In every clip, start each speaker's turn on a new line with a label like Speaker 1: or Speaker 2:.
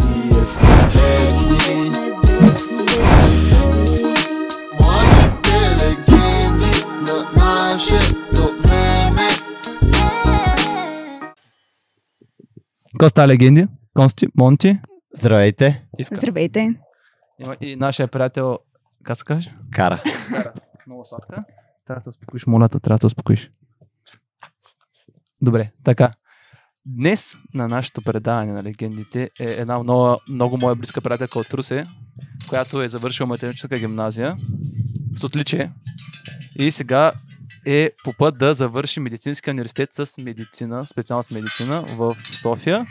Speaker 1: jesteśmy wieczni Moje legendy na nasze dobre
Speaker 2: Какво става легенди? Консти, Монти
Speaker 3: Здравейте,
Speaker 2: и, в...
Speaker 4: Здравейте.
Speaker 2: има- и нашия приятел, как се каже?
Speaker 3: Кара.
Speaker 2: Много сладка. Трябва да се успокоиш, молята, трябва да се успокоиш. Добре, така. Днес на нашето предаване на легендите е една много, много моя близка приятелка от Русе, която е завършила математическа гимназия с отличие и сега е по път да завърши медицинския университет с медицина, специалност медицина в София,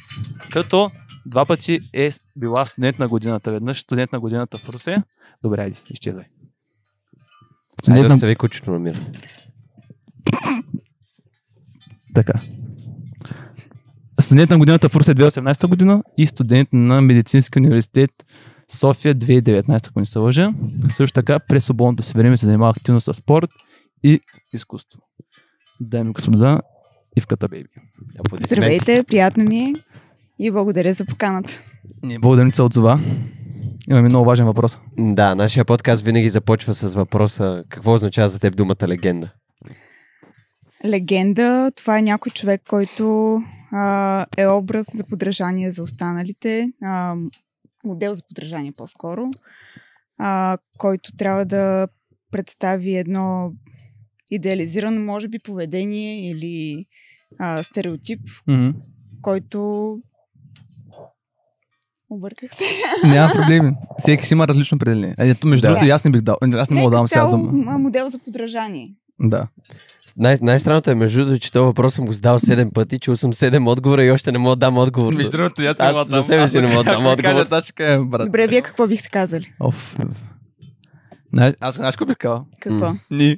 Speaker 2: като два пъти е била студент на годината. Веднъж студент на годината в Русе. Добре, айди, изчезай.
Speaker 3: Айде
Speaker 2: на-
Speaker 3: остави кучето на мир.
Speaker 2: Така. Студент на годината в е Русе 2018 година и студент на Медицински университет София 2019, ако не се лъжа. Също така през свободното си време се занимава активно с спорт и изкуство. Дами и господа, Ивката Бейби.
Speaker 3: Аплодисменти.
Speaker 4: Здравейте, приятно ми е и благодаря за поканата.
Speaker 2: Ние благодарим, че се отзова. Имаме много важен въпрос.
Speaker 3: Да, нашия подкаст винаги започва с въпроса какво означава за теб думата легенда?
Speaker 4: Легенда, това е някой човек, който а, е образ за подражание за останалите, а, модел за подражание по-скоро, а, който трябва да представи едно идеализирано, може би, поведение или а, стереотип,
Speaker 2: Mm-hmm.
Speaker 4: който... Обърках се.
Speaker 2: Няма проблеми. Всеки си има различно определение. Е, Ето, между
Speaker 3: Да.
Speaker 2: другото, и аз не бих дал. Аз не мога да давам сега
Speaker 4: Нека цяло,
Speaker 2: дума.
Speaker 4: м, модел за подражание.
Speaker 2: Да.
Speaker 3: Най- най-странното е между другото, че този въпрос съм го задал 7 пъти, чул съм 7 отговора и още не мога да дам отговор.
Speaker 2: другото,
Speaker 3: не Аз мога да за дам. себе си Аз е, не мога да ако дам ми отговор. кажат,
Speaker 2: аз ще кажа, брат.
Speaker 4: Добре, вие какво бихте казали?
Speaker 2: Оф. Знаеш, аз знаеш какво бих казал?
Speaker 4: Какво?
Speaker 3: М.
Speaker 2: Ни.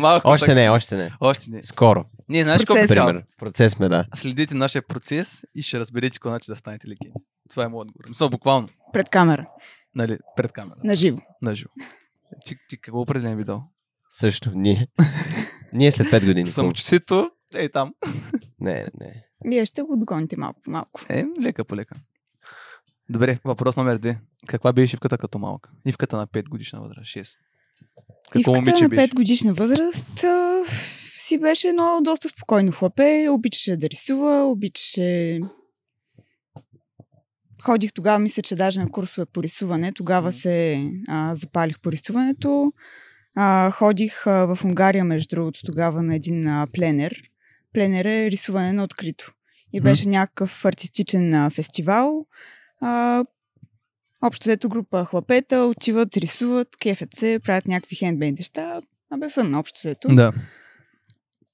Speaker 2: Малко
Speaker 3: Още
Speaker 2: така.
Speaker 3: не, още не.
Speaker 2: Още не.
Speaker 3: Скоро,
Speaker 2: Не, знаеш какво бих
Speaker 4: Процес.
Speaker 2: казал?
Speaker 3: пример. Процес сме, да.
Speaker 2: Следите нашия процес и ще разберете кога начин да станете легенди. Това е моят отговор. Мисля, буквално,
Speaker 4: Пред камера,
Speaker 2: нали, пред камера,
Speaker 4: на живо.
Speaker 2: на живо. Ти, ти какво определен видео?
Speaker 3: Също, ние. ние след 5 години.
Speaker 2: Самочувствието, ей там.
Speaker 3: Не, не, не.
Speaker 4: Вие ще го догоните малко по малко.
Speaker 2: Е, лека по лека. Добре, въпрос номер две. Каква беше ивката като малка? Ивката на 5 годишна възраст, 6. Какво
Speaker 4: Ивката
Speaker 2: момиче
Speaker 4: на
Speaker 2: беше?
Speaker 4: 5 годишна възраст а, си беше едно доста спокойно хлапе. Обичаше да рисува, обичаше... Ходих тогава, мисля, че даже на курсове по рисуване. Тогава
Speaker 2: Мгм.
Speaker 4: се а, запалих по рисуването. А, ходих а, в Унгария, между другото, тогава на един а, пленер. Пленер е рисуване на открито. И
Speaker 2: Мгм.
Speaker 4: беше някакъв артистичен а, фестивал. А, общо дето група хлапета отиват, рисуват, кефят се, правят някакви хендмейд неща. Абе фън, общо дето.
Speaker 2: Да.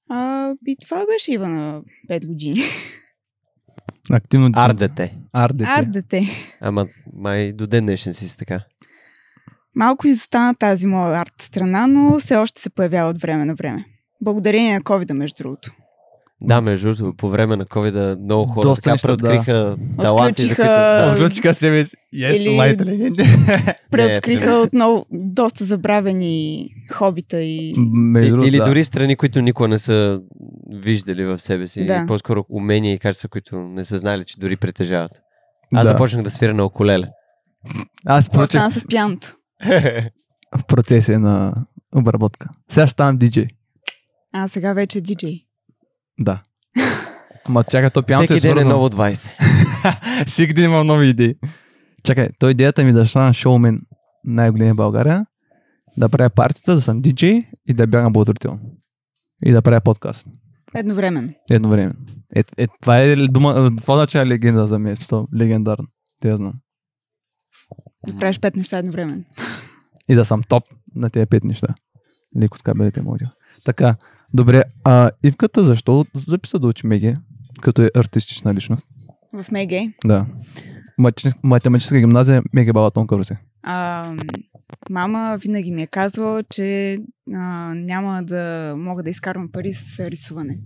Speaker 4: А, и това беше Ива на 5 години.
Speaker 2: Активно
Speaker 3: Арт дете.
Speaker 2: Ардете.
Speaker 4: Арт дете.
Speaker 3: Ама май до ден днешен си си така.
Speaker 4: Малко изостана тази моя арт страна, но все още се появява от време на време. Благодарение на COVID, между другото.
Speaker 3: Да, между другото, по време на covid много хора
Speaker 2: Доста
Speaker 3: така
Speaker 2: неща, да.
Speaker 3: преоткриха таланти, за
Speaker 4: Отключиха-
Speaker 3: които... Да.
Speaker 2: Отключиха себе си. Yes,
Speaker 4: Или-
Speaker 2: light legend.
Speaker 4: Преоткриха
Speaker 3: примерно.
Speaker 4: отново доста забравени хобита и...
Speaker 3: И-
Speaker 2: Между
Speaker 3: Или дори страни, които никога не са виждали в себе си.
Speaker 4: Да.
Speaker 3: И по-скоро умения и качества, които не са знали, че дори притежават. Аз започнах да свиря на околеле.
Speaker 2: Аз прочех
Speaker 4: Остана с пианото.
Speaker 2: в процеса на обработка. Сега ще ставам диджей.
Speaker 4: А сега вече е диджей.
Speaker 2: Да. Ма чакай, то пианото
Speaker 3: Всеки
Speaker 2: е
Speaker 3: ден е
Speaker 2: свързано.
Speaker 3: ново 20.
Speaker 2: Всеки ден имам нови идеи. Чакай, то идеята ми е да стана шоумен най-големия в България, да правя партията, да съм диджей и да бягам благотворително. И да правя подкаст.
Speaker 4: Едновременно.
Speaker 2: Едно време. Е, е, това е ли дума, е, това означава легенда за мен, смисъл, легендарно. Те я знам.
Speaker 4: Да правиш пет неща едновременно.
Speaker 2: И да съм топ на тези пет неща. Леко с кабелите му отива. Така, добре, а Ивката защо записа да учи Меги, като е артистична личност?
Speaker 4: В Меге
Speaker 2: Да. Математическа, математическа гимназия Меги Балатонка Русе.
Speaker 4: А, мама винаги ми е казвала, че а, няма да мога да изкарвам пари с рисуване.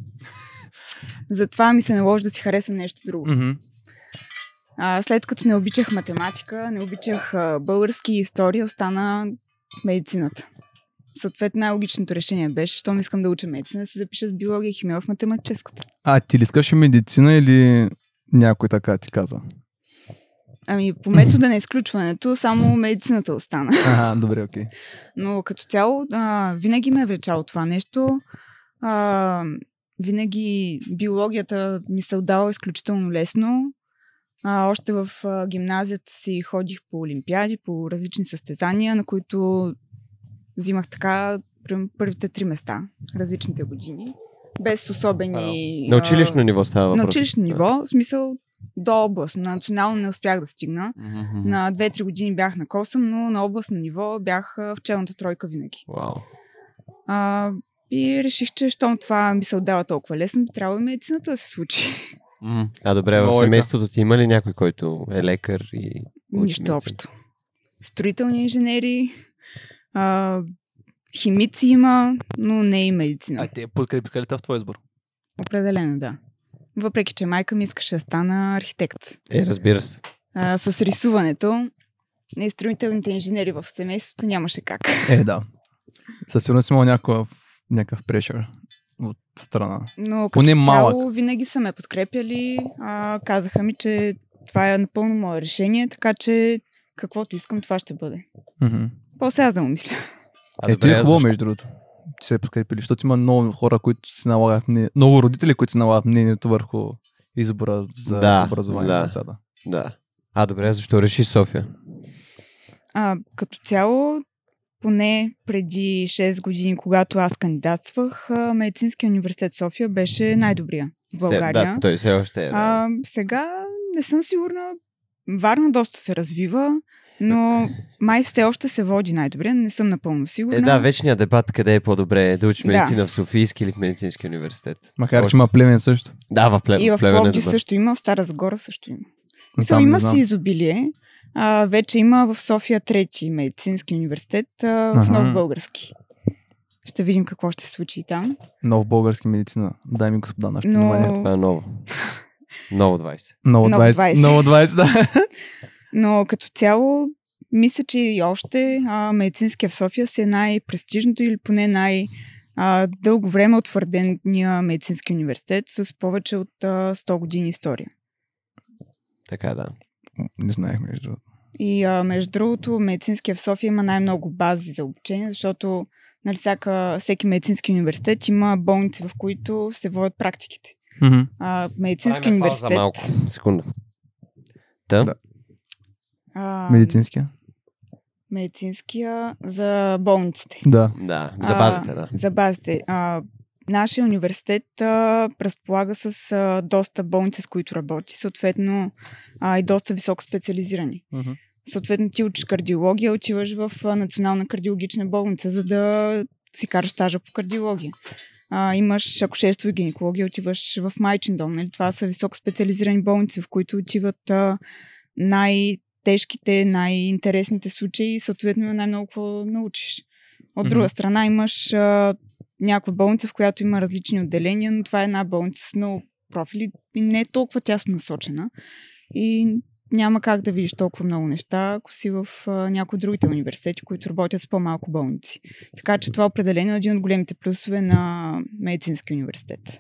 Speaker 4: Затова ми се наложи да си харесам нещо друго.
Speaker 2: Mm-hmm.
Speaker 4: А, след като не обичах математика, не обичах а, български и история, остана медицината. Съответно, най-логичното решение беше, щом искам да уча медицина, да се запиша с биология и химия в математическата.
Speaker 2: А ти ли искаш и медицина или някой така ти каза?
Speaker 4: Ами по метода на изключването само медицината остана.
Speaker 2: Ага, добре, окей.
Speaker 4: Но като цяло а, винаги ме е влечало това нещо. А, винаги биологията ми се е отдала изключително лесно. А, още в а, гимназията си ходих по олимпиади, по различни състезания, на които взимах така примерно, първите три места, различните години. Без особени...
Speaker 3: На
Speaker 4: а,
Speaker 3: училищно ниво става въпрос.
Speaker 4: на училищно ниво, в смисъл до областно. На национално не успях да стигна.
Speaker 3: Мгм.
Speaker 4: На 2-3 години бях на косъм, но на областно ниво бях а, в челната тройка винаги.
Speaker 3: Вау.
Speaker 4: А, и реших, че щом това ми се отдава толкова лесно, би трябвало и медицината да се случи.
Speaker 3: М, А добре, в
Speaker 2: Логика.
Speaker 3: семейството ти има ли някой, който е лекар и... учи
Speaker 4: Нищо
Speaker 3: медицина?
Speaker 4: общо. Строителни инженери, а, химици има, но не и медицина.
Speaker 5: А те подкрепиха ли те в твой избор?
Speaker 4: Определено да. Въпреки, че майка ми искаше да стана архитект.
Speaker 3: Е, разбира се.
Speaker 4: а, с рисуването. И строителните инженери в семейството нямаше как.
Speaker 2: Е, да. Със сигурност има някакъв, някакъв прешър от страна.
Speaker 4: Но като
Speaker 5: Поне малък.
Speaker 4: цяло винаги са ме подкрепяли. А, казаха ми, че това е напълно мое решение, така че каквото искам, това ще бъде.
Speaker 2: Мгм.
Speaker 4: После аз да му мисля.
Speaker 3: А
Speaker 2: Ето и
Speaker 3: а
Speaker 2: е хубаво,
Speaker 3: защо-
Speaker 2: между другото, че се е подкрепили, защото има много хора, които си налагат мнение, много родители, които си налагат мнението върху избора за
Speaker 3: Да,
Speaker 2: образование
Speaker 3: да.
Speaker 2: на децата.
Speaker 3: Да. А добре, а защо реши София?
Speaker 4: А, като цяло, поне преди 6 години, когато аз кандидатствах, а, Медицинския университет София беше най-добрия в България.
Speaker 3: Се, да, той все още е. да.
Speaker 4: А, сега не съм сигурна. Варна доста се развива, но май все още се води най-добре. Не съм напълно сигурна.
Speaker 3: Е, да, вечният дебат къде е по-добре да учиш
Speaker 4: Да.
Speaker 3: медицина в Софийски или в Медицински университет.
Speaker 2: Макар, че има племен също.
Speaker 3: Да, в племен.
Speaker 4: и в
Speaker 3: племен е
Speaker 4: Пловдив
Speaker 3: добър.
Speaker 4: също има, в Стара Загора също има.
Speaker 2: но
Speaker 4: Мисъл,
Speaker 2: там не
Speaker 4: има
Speaker 2: знам.
Speaker 4: си изобилие. А, вече има в София трети медицински университет, а, в
Speaker 2: Аха.
Speaker 4: Нов Български. Ще видим какво ще се случи и там.
Speaker 2: Нов български медицина. Дай ми господа, нашето
Speaker 4: Но
Speaker 2: внимание.
Speaker 3: Това е ново. Ново 20.
Speaker 2: Много
Speaker 4: Много
Speaker 2: 20.
Speaker 4: 20.
Speaker 2: Много 20, да.
Speaker 4: Но като цяло, мисля, че и още а, медицинския в София си е най-престижното или поне най- а, дълго време утвърдения медицински университет с повече от а, 100 години история.
Speaker 3: Така е, да.
Speaker 2: Не знаех, между другото.
Speaker 4: И а, между другото, медицинския в София има най-много бази за обучение, защото нали, всяка, всеки медицински университет има болници, в които се водят практиките.
Speaker 2: Мгм.
Speaker 4: А, медицински
Speaker 3: Правим пауза
Speaker 4: университет...
Speaker 3: малко. Секунда. Та?
Speaker 2: Да.
Speaker 4: А,
Speaker 2: Медицинския?
Speaker 4: медицинския за болниците.
Speaker 2: Да.
Speaker 3: Да, за базата, да.
Speaker 4: За базите. А, нашия университет а, разполага с а, доста болници, с които работи, съответно а, и доста високо специализирани.
Speaker 5: Мгм.
Speaker 4: Съответно ти учиш кардиология, отиваш в а, Национална кардиологична болница, за да си караш стажа по кардиология. А, имаш акушерство и гинекология, отиваш в майчин дом. Нали? Това са високо специализирани болници, в които отиват а, най-тежките, най-интересните случаи и съответно има най-много какво научиш. От друга
Speaker 5: Мгм.
Speaker 4: страна имаш а, някаква болница, в която има различни отделения, но това е една болница с много профили и не е толкова тясно насочена. И няма как да видиш толкова много неща, ако си в а, някои от другите университети, които работят с по-малко болници. Така че това определено е един от големите плюсове на медицински университет.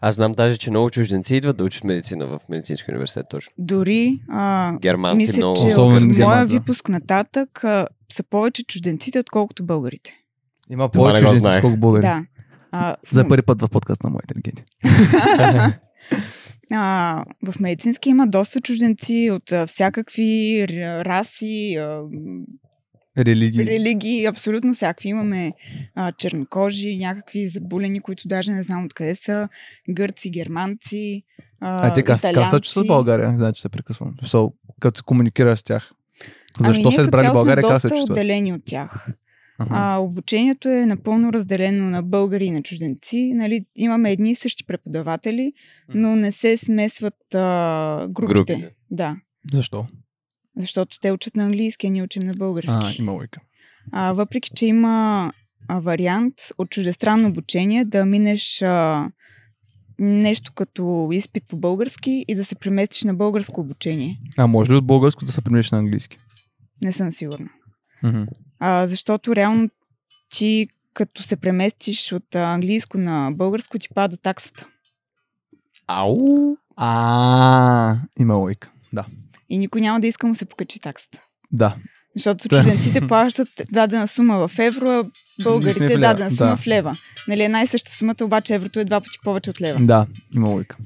Speaker 3: Аз знам даже, че много чужденци идват да учат медицина в Медицински университет точно.
Speaker 4: Дори а,
Speaker 3: Германци
Speaker 4: мисля,
Speaker 3: много.
Speaker 4: че
Speaker 2: Особено
Speaker 4: от моя
Speaker 2: германци, да.
Speaker 4: випуск нататък а, са повече чужденците, отколкото българите.
Speaker 2: Има
Speaker 3: Това не
Speaker 2: повече
Speaker 3: го
Speaker 2: жени,
Speaker 3: знаех.
Speaker 2: колко българи.
Speaker 4: Да. А, в
Speaker 2: За
Speaker 4: мом-
Speaker 2: първи път в подкаст на моите легенди.
Speaker 4: а, в медицински има доста чужденци от а, всякакви р- раси, а,
Speaker 2: Религии.
Speaker 4: религии, абсолютно всякакви. Имаме а, чернокожи, някакви забулени, които даже не знам откъде са, гърци, германци, а,
Speaker 2: А те как как са че с
Speaker 4: италианци.
Speaker 2: България? Значи се прекъсвам. So, като се комуникираш с тях. Защо
Speaker 4: ние
Speaker 2: са
Speaker 4: като
Speaker 2: избрали
Speaker 4: цяло Ами, сме
Speaker 2: България? Как се
Speaker 4: доста
Speaker 2: чувстват?
Speaker 4: отделени от тях.
Speaker 2: Аха.
Speaker 4: А, обучението е напълно разделено на българи и на чужденци. Нали, имаме едни и същи преподаватели, но не се смесват а, групите.
Speaker 3: Групите.
Speaker 4: Да,
Speaker 2: Защо?
Speaker 4: защото те учат на английски, а ние учим на български.
Speaker 2: А, има логика.
Speaker 4: А, въпреки, че има а, вариант от чуждестранно обучение да минеш а, нещо като изпит по български и да се преместиш на българско обучение.
Speaker 2: А може ли от българско да се преминеш на английски?
Speaker 4: Не съм сигурна.
Speaker 2: Мгм.
Speaker 4: А, защото реално ти като се преместиш от а, английско на българско ти пада таксата.
Speaker 3: Ау!
Speaker 2: А, има логика. Да.
Speaker 4: И никой няма да иска му се покачи таксата.
Speaker 2: Да.
Speaker 4: Защото
Speaker 2: Да.
Speaker 4: чужденците плащат дадена сума в евро, а
Speaker 2: сме в
Speaker 4: българите
Speaker 2: лева,
Speaker 4: дадена сума
Speaker 2: да.
Speaker 4: в лева. Нали, една и съща сумата, обаче еврото е два пъти повече от лева.
Speaker 2: Да, има логика.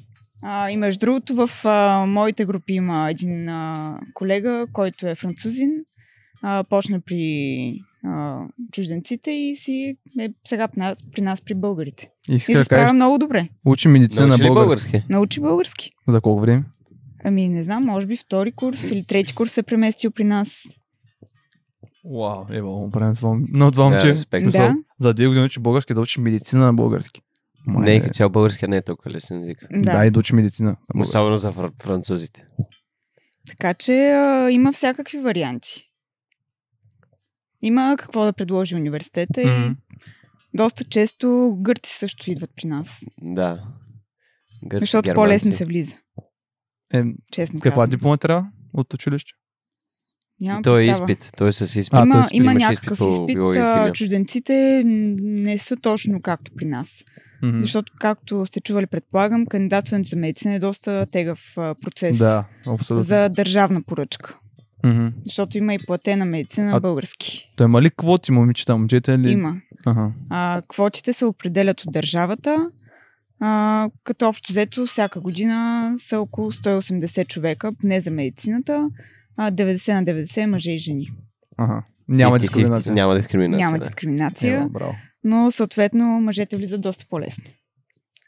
Speaker 4: А, и между другото, в а, моите групи има един а, колега, който е французин. А, почна при а, чужденците и си е сега при нас, при, нас, при българите.
Speaker 2: И
Speaker 4: И
Speaker 2: иска
Speaker 4: се
Speaker 2: да
Speaker 4: справя
Speaker 2: кажеш,
Speaker 4: много добре.
Speaker 2: учи медицина на
Speaker 3: Научи ли
Speaker 2: български.
Speaker 3: български?
Speaker 4: Научи български.
Speaker 2: За колко време?
Speaker 4: Ами, не знам, може би втори курс или трети курс се е преместил при нас.
Speaker 2: Вау, е, ева, му правим това. Но това
Speaker 3: Да,
Speaker 2: момче.
Speaker 3: респект.
Speaker 2: в смисъл,
Speaker 4: Да.
Speaker 2: За две години учи български, да учи медицина на български. Май,
Speaker 3: Не, като цял българския не е толкова лесен език.
Speaker 4: Да.
Speaker 2: Да, и да учи медицина. на български.
Speaker 3: Особено за фр- французите.
Speaker 4: Така че а, има всякакви варианти. Има какво да предложи университета
Speaker 2: Мгм.
Speaker 4: и доста често гърци също идват при нас.
Speaker 3: Да. Гърци,
Speaker 4: Защото
Speaker 3: германци.
Speaker 4: по-лесно се влиза,
Speaker 2: Е,
Speaker 4: честно
Speaker 2: каква
Speaker 4: казвам.
Speaker 2: диплома трябва от училище?
Speaker 4: Нямам
Speaker 3: Той е
Speaker 4: представа.
Speaker 3: изпит. Той е с изпит.
Speaker 2: А,
Speaker 4: има
Speaker 2: тоест,
Speaker 4: има
Speaker 3: имаш
Speaker 4: някакъв
Speaker 3: изпит по
Speaker 4: изпит.
Speaker 3: биология и
Speaker 4: а,
Speaker 3: химия.
Speaker 4: чужденците м, не са точно както при нас.
Speaker 2: Мгм.
Speaker 4: Защото, както сте чували, предполагам, кандидатстването за медицина е доста тегав а, процес
Speaker 2: Да, абсолютно.
Speaker 4: за държавна поръчка.
Speaker 2: Мгм.
Speaker 4: Защото има и платена медицина
Speaker 2: А-
Speaker 4: на български.
Speaker 2: Той има ли квоти, момичета, момчета или?
Speaker 4: Има.
Speaker 2: Ага.
Speaker 4: А, квотите се определят от държавата, а, като общо взето всяка година са около 180 човека, не за медицината, а 90 на 90 мъже и жени.
Speaker 2: ага. Няма
Speaker 3: 50-50,
Speaker 2: дискриминация.
Speaker 3: Няма дискриминация.
Speaker 4: Няма
Speaker 3: да.
Speaker 4: дискриминация,
Speaker 2: Ева, браво.
Speaker 4: но съответно мъжете влизат доста по-лесно.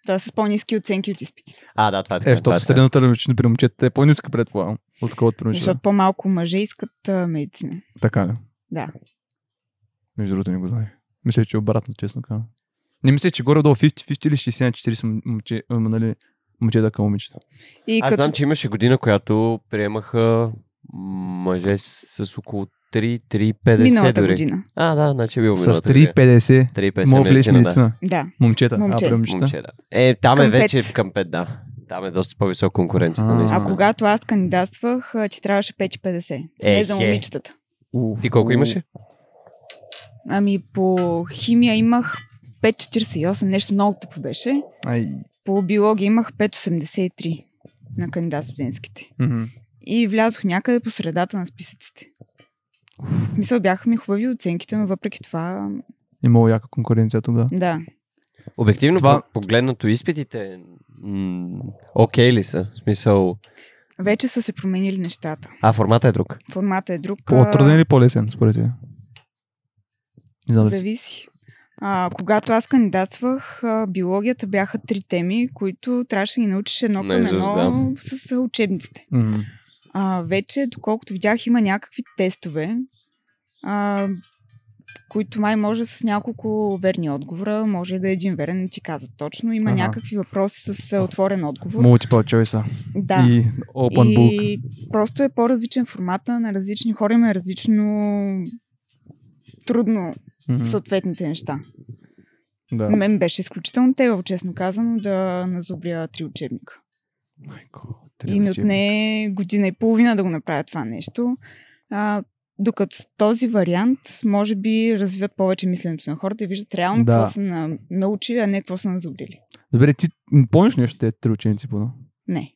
Speaker 4: Тоест с по-низки оценки от изпитите.
Speaker 3: А, да, това е така.
Speaker 2: Е, защото
Speaker 3: това е така.
Speaker 2: средната величина при момчетата е по-ниска, предполагам, отколкото при момчетата.
Speaker 4: Защото по-малко мъже искат а, медицина.
Speaker 2: Така ли?
Speaker 4: Да.
Speaker 2: Между другото не го знае. Мисля, че е обратно, честно казвам. Не мисля, че горе-долу 50-50 или 60-40 м- момче, м, нали, момчета към момичета.
Speaker 4: И
Speaker 3: Аз
Speaker 4: като...
Speaker 3: знам, че имаше година, която приемаха мъже с, с около 3-3,50
Speaker 4: Миналата
Speaker 3: дори.
Speaker 4: година.
Speaker 3: А, да, значи е било
Speaker 2: С
Speaker 3: миналата година.
Speaker 2: 3,50
Speaker 3: 3,50
Speaker 2: мога влезеш в
Speaker 3: медицина, да.
Speaker 2: медицина.
Speaker 4: Да.
Speaker 2: Момчета,
Speaker 4: Момче.
Speaker 2: а при момчета.
Speaker 3: Момче, да. Е, там е
Speaker 4: Към
Speaker 3: вече
Speaker 4: пет.
Speaker 3: към 5, да. Там е доста по-висока конкуренцията,
Speaker 2: А.
Speaker 3: наистина.
Speaker 4: А
Speaker 2: Ага.
Speaker 4: когато аз кандидатствах, а, ти трябваше 5,50. не
Speaker 3: Ехе.
Speaker 4: за момичетата.
Speaker 2: У,
Speaker 3: Ти колко
Speaker 2: у,
Speaker 3: имаше?
Speaker 4: Ами по химия имах 5,48, нещо много тъпо беше.
Speaker 2: Ай.
Speaker 4: По биология имах 5,83 на кандидат студентските.
Speaker 2: мгм.
Speaker 4: И влязох някъде по средата на списъците. Мисля, бяха ми хубави оценките, но въпреки това,
Speaker 2: Имало яка конкуренция тогава.
Speaker 4: да.
Speaker 3: Обективно
Speaker 2: Това-
Speaker 3: това... погледнато изпитите, м, окей ли са? В смисъл,
Speaker 4: Вече са се променили нещата.
Speaker 3: а формата е друг.
Speaker 4: Формата е друг. а,
Speaker 2: По-труден или по-лесен, според те? Не знам. дали си-
Speaker 4: Зависи. А, когато аз кандидатствах, а, биологията бяха три теми, които трябваше да ги научиш едно към
Speaker 3: Наизуст,
Speaker 4: едно с учебниците.
Speaker 2: Мгм.
Speaker 4: А, вече, доколкото видях, има някакви тестове, а, които май може с няколко верни отговора, може да е един верен, не ти казват точно. Има
Speaker 2: Ага.
Speaker 4: някакви въпроси с а, отворен отговор.
Speaker 2: Multiple choice
Speaker 4: да.
Speaker 2: и open book.
Speaker 4: и просто е по-различен формата на различни хора, има различно трудно
Speaker 2: Мгм.
Speaker 4: съответните неща.
Speaker 2: Да.
Speaker 4: На мен беше изключително тегаво, честно казано, да назубря три учебника.
Speaker 2: Майко,
Speaker 4: и
Speaker 2: трябва
Speaker 4: ми
Speaker 2: че-
Speaker 4: отне е година и половина да го направя това нещо. А, докато с този вариант, може би, развиват повече мисленето на хората и виждат реално
Speaker 2: Да.
Speaker 4: да. какво са на... научили, а не какво са назубрили.
Speaker 2: Добре, ти м, помниш ли нещо от тези три ученици, поне?
Speaker 4: Не.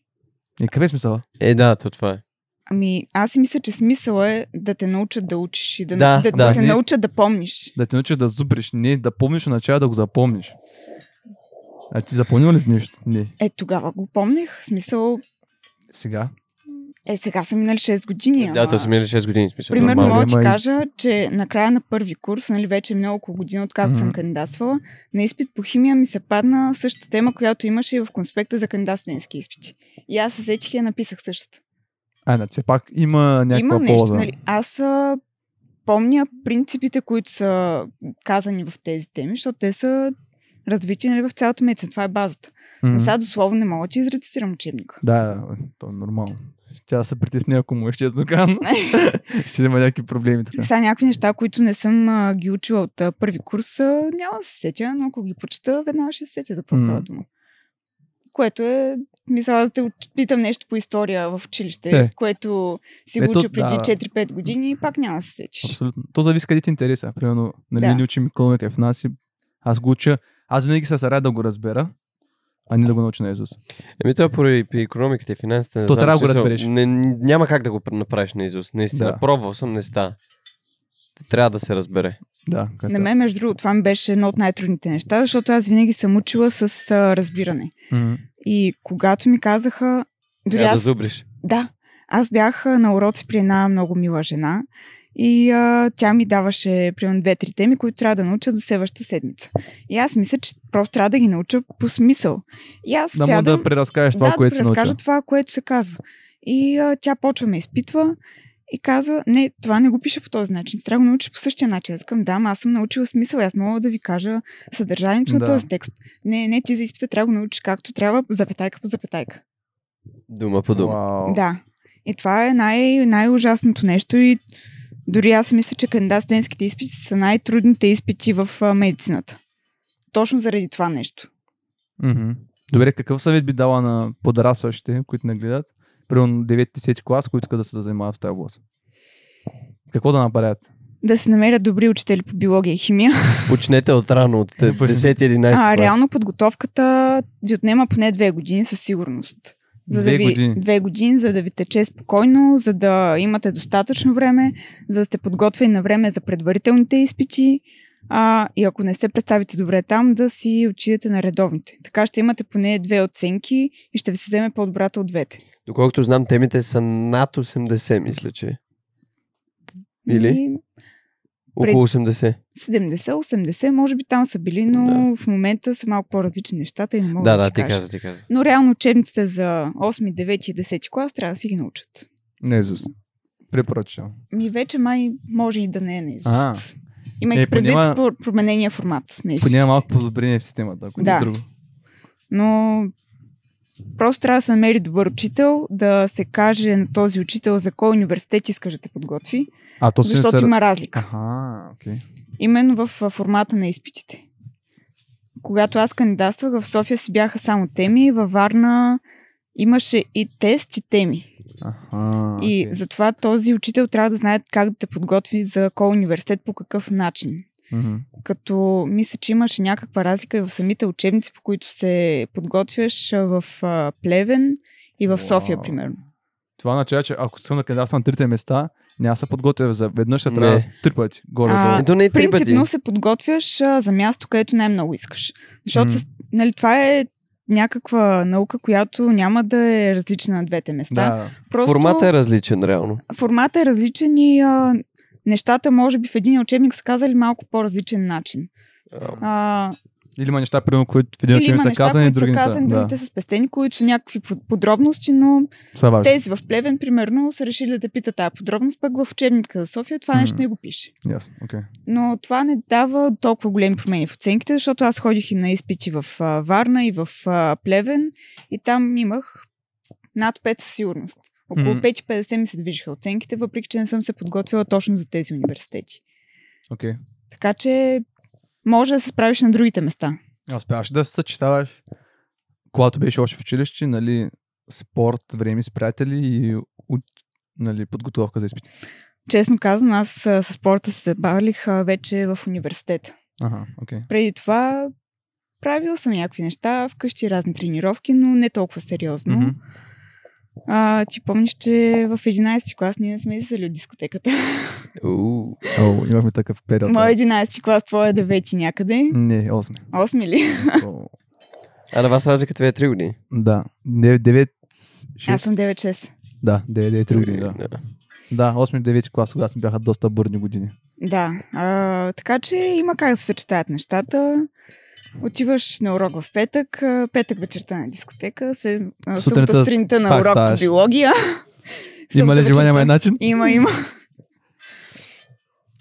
Speaker 2: И какъв е смисъл?
Speaker 3: Е, да, то това е.
Speaker 4: Ами, аз си мисля, че смисъл е да те научат да учиш и да,
Speaker 3: Да,
Speaker 4: да, да,
Speaker 3: да.
Speaker 4: да те
Speaker 2: Не-
Speaker 4: научат да помниш.
Speaker 2: Да те научиш да зубриш, не да помниш начало, да го запомниш. А ти запомнил ли си нещо? Не.
Speaker 4: Е, тогава го помнех. В Смисъл,
Speaker 2: Сега.
Speaker 4: е, сега са минали 6 години.
Speaker 3: Да,
Speaker 4: ама-
Speaker 3: то са минали 6 години, в смисъл.
Speaker 4: Примерно
Speaker 2: нормално,
Speaker 4: мога да ти
Speaker 2: ама и-
Speaker 4: кажа, че на края на първи курс, нали, вече е минало около година, откакто
Speaker 2: Мгм.
Speaker 4: съм кандидатствала, на изпит по химия ми се падна същата тема, която имаше и в конспекта за кандидат студентски изпити. И аз се сетих и я написах същата.
Speaker 2: А, значи, все пак има някаква
Speaker 4: Има нещо,
Speaker 2: полза.
Speaker 4: нали? Аз а, помня принципите, които са казани в тези теми, защото те са развити нали, в цялата медицина. Това е базата.
Speaker 2: Мгм.
Speaker 4: Но сега дословно не мога да ти изрецитирам учебника.
Speaker 2: Да, да, то е нормално. Тя да се притесни, ако му е честно казано. Ще има някакви проблеми така.
Speaker 4: Сега някакви неща, които не съм а, ги учила от а, първи курс, а, няма да се сетя, но ако ги прочета, веднага ще се сетя за какво
Speaker 2: Мгм.
Speaker 4: става дума. Което е, мисля, аз да те уч- питам нещо по история в училище,
Speaker 2: Е.
Speaker 4: което си
Speaker 2: Ето,
Speaker 4: го уча преди
Speaker 2: да, да.
Speaker 4: 4-5 години и пак няма да се сетиш.
Speaker 2: Абсолютно. То зависи къде ти е интереса. Примерно, нали,
Speaker 4: Да.
Speaker 2: да. ни учим економика в нас. и Аз го уча. Аз винаги се старая да го разбера. а не да го научи на Езус.
Speaker 3: Еми това поради при економиката и финансите. не
Speaker 2: То
Speaker 3: знам,
Speaker 2: трябва да го
Speaker 3: смисъл,
Speaker 2: разбереш.
Speaker 3: Не, няма как да го пр- направиш на изус. Наистина.
Speaker 2: Да.
Speaker 3: Да. Пробвал съм, не става. Трябва да се разбере.
Speaker 2: Да, е как
Speaker 4: На мен, между другото, това ми беше едно от най-трудните неща, защото аз винаги съм учила с а, разбиране.
Speaker 2: М,
Speaker 4: И когато ми казаха, дори
Speaker 3: Трябва да
Speaker 4: аз
Speaker 3: зубриш.
Speaker 4: Да. Аз бях а, на уроци при една много мила жена и а, тя ми даваше примерно две-три теми, които трябва да науча до следващата седмица. И аз мисля, че просто трябва да ги науча по смисъл. И аз
Speaker 2: Да мога
Speaker 4: сядам,
Speaker 2: да преразкажеш това,
Speaker 4: да,
Speaker 2: което
Speaker 4: да
Speaker 2: си научил.
Speaker 4: разкажа това, което се казва. И а, тя почва ме изпитва и казва, не, това не го пише по този начин, трябва да го научиш по същия начин. Аз казвам, да, ама аз съм научила смисъл, аз мога да ви кажа съдържанието
Speaker 2: Да.
Speaker 4: на този текст. Не, не, ти за изпита трябва да го научиш както трябва, запетайка по запетайка.
Speaker 3: Дума по дума.
Speaker 2: Вау.
Speaker 4: Да. И това е най- най-ужасното нещо и дори аз мисля, че кандидат студентските изпити са най-трудните изпити в а, медицината. Точно заради това нещо.
Speaker 2: Мгм. Добре, какъв съвет би дала на подрастващите, които не гледат, примерно 9-10 клас, които искат да се занимават в тази област? Какво да направят?
Speaker 4: Да се намерят добри учители по биология и химия.
Speaker 3: Почнете от рано, от те-
Speaker 2: Почнете.
Speaker 3: 10-11
Speaker 4: А,
Speaker 3: клас.
Speaker 4: реално подготовката ви отнема поне две години със сигурност. За
Speaker 2: Две
Speaker 4: да ви,
Speaker 2: години.
Speaker 4: Две години, за да ви тече спокойно, за да имате достатъчно време, за да сте подготвени на време за предварителните изпити. А, и ако не се представите добре там, да си отидете на редовните. Така ще имате поне две оценки и ще ви се вземе по-добрата от двете.
Speaker 3: Доколкото знам, темите са над 80, мисля, че. Или?
Speaker 4: И
Speaker 3: Около 80.
Speaker 4: 70-80, може би там са били, но в момента са малко по-различни нещата и не мога
Speaker 3: Да,
Speaker 4: да,
Speaker 3: да,
Speaker 4: ти
Speaker 3: ти
Speaker 4: кажа.
Speaker 3: кажа, ти кажа.
Speaker 4: Но реално учебниците за 8, 9 и 10 клас трябва да си ги научат.
Speaker 2: Не, Езус. Препоръчвам.
Speaker 4: Ми вече май може и да не е на изуст.
Speaker 2: А,
Speaker 4: Имайки
Speaker 2: Е,
Speaker 4: е, предвид
Speaker 2: понима-
Speaker 4: по- променения формат на изпитите.
Speaker 2: поне има малко подобрение в системата, ако не
Speaker 4: Да.
Speaker 2: е друго.
Speaker 4: Но просто трябва да се намери добър учител, да се каже на този учител за кой университет искаш да те подготви,
Speaker 2: А то си не
Speaker 4: защото
Speaker 2: се...
Speaker 4: има разлика.
Speaker 2: Аха, окей.
Speaker 4: Именно в а, формата на изпитите. Когато аз кандидатствах в София си бяха само теми, във Варна имаше и тест, и теми.
Speaker 2: Аха,
Speaker 4: И
Speaker 2: окей.
Speaker 4: затова този учител трябва да знае как да те подготви за кой университет, по какъв начин.
Speaker 2: Мгм.
Speaker 4: Като мисля, че имаше някаква разлика и в самите учебници, по които се подготвяш а, в а, Плевен и в София,
Speaker 2: Уау.
Speaker 4: примерно.
Speaker 2: Това означава, че ако съм на кандидатствам на трите места, няма да се подготвя за веднъж, ще трябва
Speaker 3: Не.
Speaker 2: три пъти горе-долу.
Speaker 4: А,
Speaker 3: Ето не е три пъти.
Speaker 4: Принципно се подготвяш а, за място, където най-много искаш. Защото
Speaker 2: Мгм.
Speaker 4: с- нали, това е някаква наука, която няма да е различна на двете места.
Speaker 2: Да,
Speaker 4: Просто
Speaker 3: Формата е различен, реално.
Speaker 4: формата е различен и а, нещата, може би, в един учебник са казали малко по-различен начин. А,
Speaker 2: Или има неща, примерно, които в един
Speaker 4: Или
Speaker 2: учебник
Speaker 4: има
Speaker 2: са
Speaker 4: неща,
Speaker 2: казани,
Speaker 4: които
Speaker 2: други
Speaker 4: са
Speaker 2: не
Speaker 4: казани,
Speaker 2: са. Да,
Speaker 4: другите са спестени, които са някакви под- подробности, но
Speaker 2: са важни.
Speaker 4: тези в Плевен, примерно, са решили да те питат тази подробност, пък в учебника за София това нещо
Speaker 2: Мгм.
Speaker 4: не го пише.
Speaker 2: Ясно, окей.
Speaker 4: Но това не дава толкова големи промени в оценките, защото аз ходих и на изпити в а, Варна и в а, Плевен и там имах над 5 със сигурност. Около
Speaker 2: Мгм.
Speaker 4: 5,50 ми се движиха оценките, въпреки че не съм се подготвила точно за тези университети.
Speaker 2: Окей.
Speaker 4: Така че може да се справиш на другите места.
Speaker 2: А успяваш да се съчетаваш, когато беше още в училище, нали, спорт, време с приятели и уч... нали, подготовка за изпити.
Speaker 4: Честно казано, аз а, със спорта се забавих а, вече в университета.
Speaker 2: Ага, окей.
Speaker 4: Преди това правил съм някакви неща, вкъщи разни тренировки, но не толкова сериозно.
Speaker 2: Мгм.
Speaker 4: Mm-hmm. А, ти помниш, че в 11 клас ние сме излизали от дискотеката.
Speaker 3: Уу.
Speaker 2: О, имахме такъв период. да.
Speaker 4: Моя 11 клас, твоя 9 някъде.
Speaker 2: Не, 8.
Speaker 4: 8 ли?
Speaker 3: А на вас разликата ви е 3 години.
Speaker 2: да. 9, 9 6.
Speaker 4: Аз съм 9-6.
Speaker 2: Да, 9, 9, 3 години, да. Да, 8 9 клас, тогава сме бяха доста бърни години.
Speaker 4: Да. А, така че има как да се съчетаят нещата. Отиваш на урок в петък, а, петък вечерта на дискотека, се, а,
Speaker 2: Сутринта
Speaker 4: събота сутринта на
Speaker 2: пак
Speaker 4: урок
Speaker 2: ставаш.
Speaker 4: по биология.
Speaker 2: Има ли
Speaker 4: Събота
Speaker 2: желание, има и
Speaker 4: вечерта-
Speaker 2: начин?
Speaker 4: Има, има.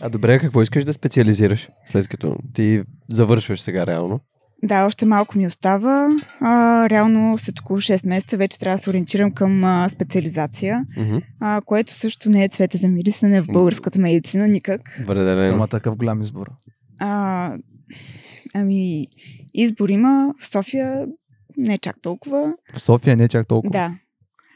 Speaker 3: А добре, какво искаш да специализираш, след като ти завършваш сега реално?
Speaker 4: Да, още малко ми остава. А, реално след около 6 месеца вече трябва да се ориентирам към а, специализация,
Speaker 3: Мгм.
Speaker 4: а, което също не е цвете за мирисане в българската медицина никак.
Speaker 3: Определено.
Speaker 2: Има такъв голям избор.
Speaker 4: А, ами, избор има в София не е чак толкова.
Speaker 2: В София не е чак толкова.
Speaker 4: Да.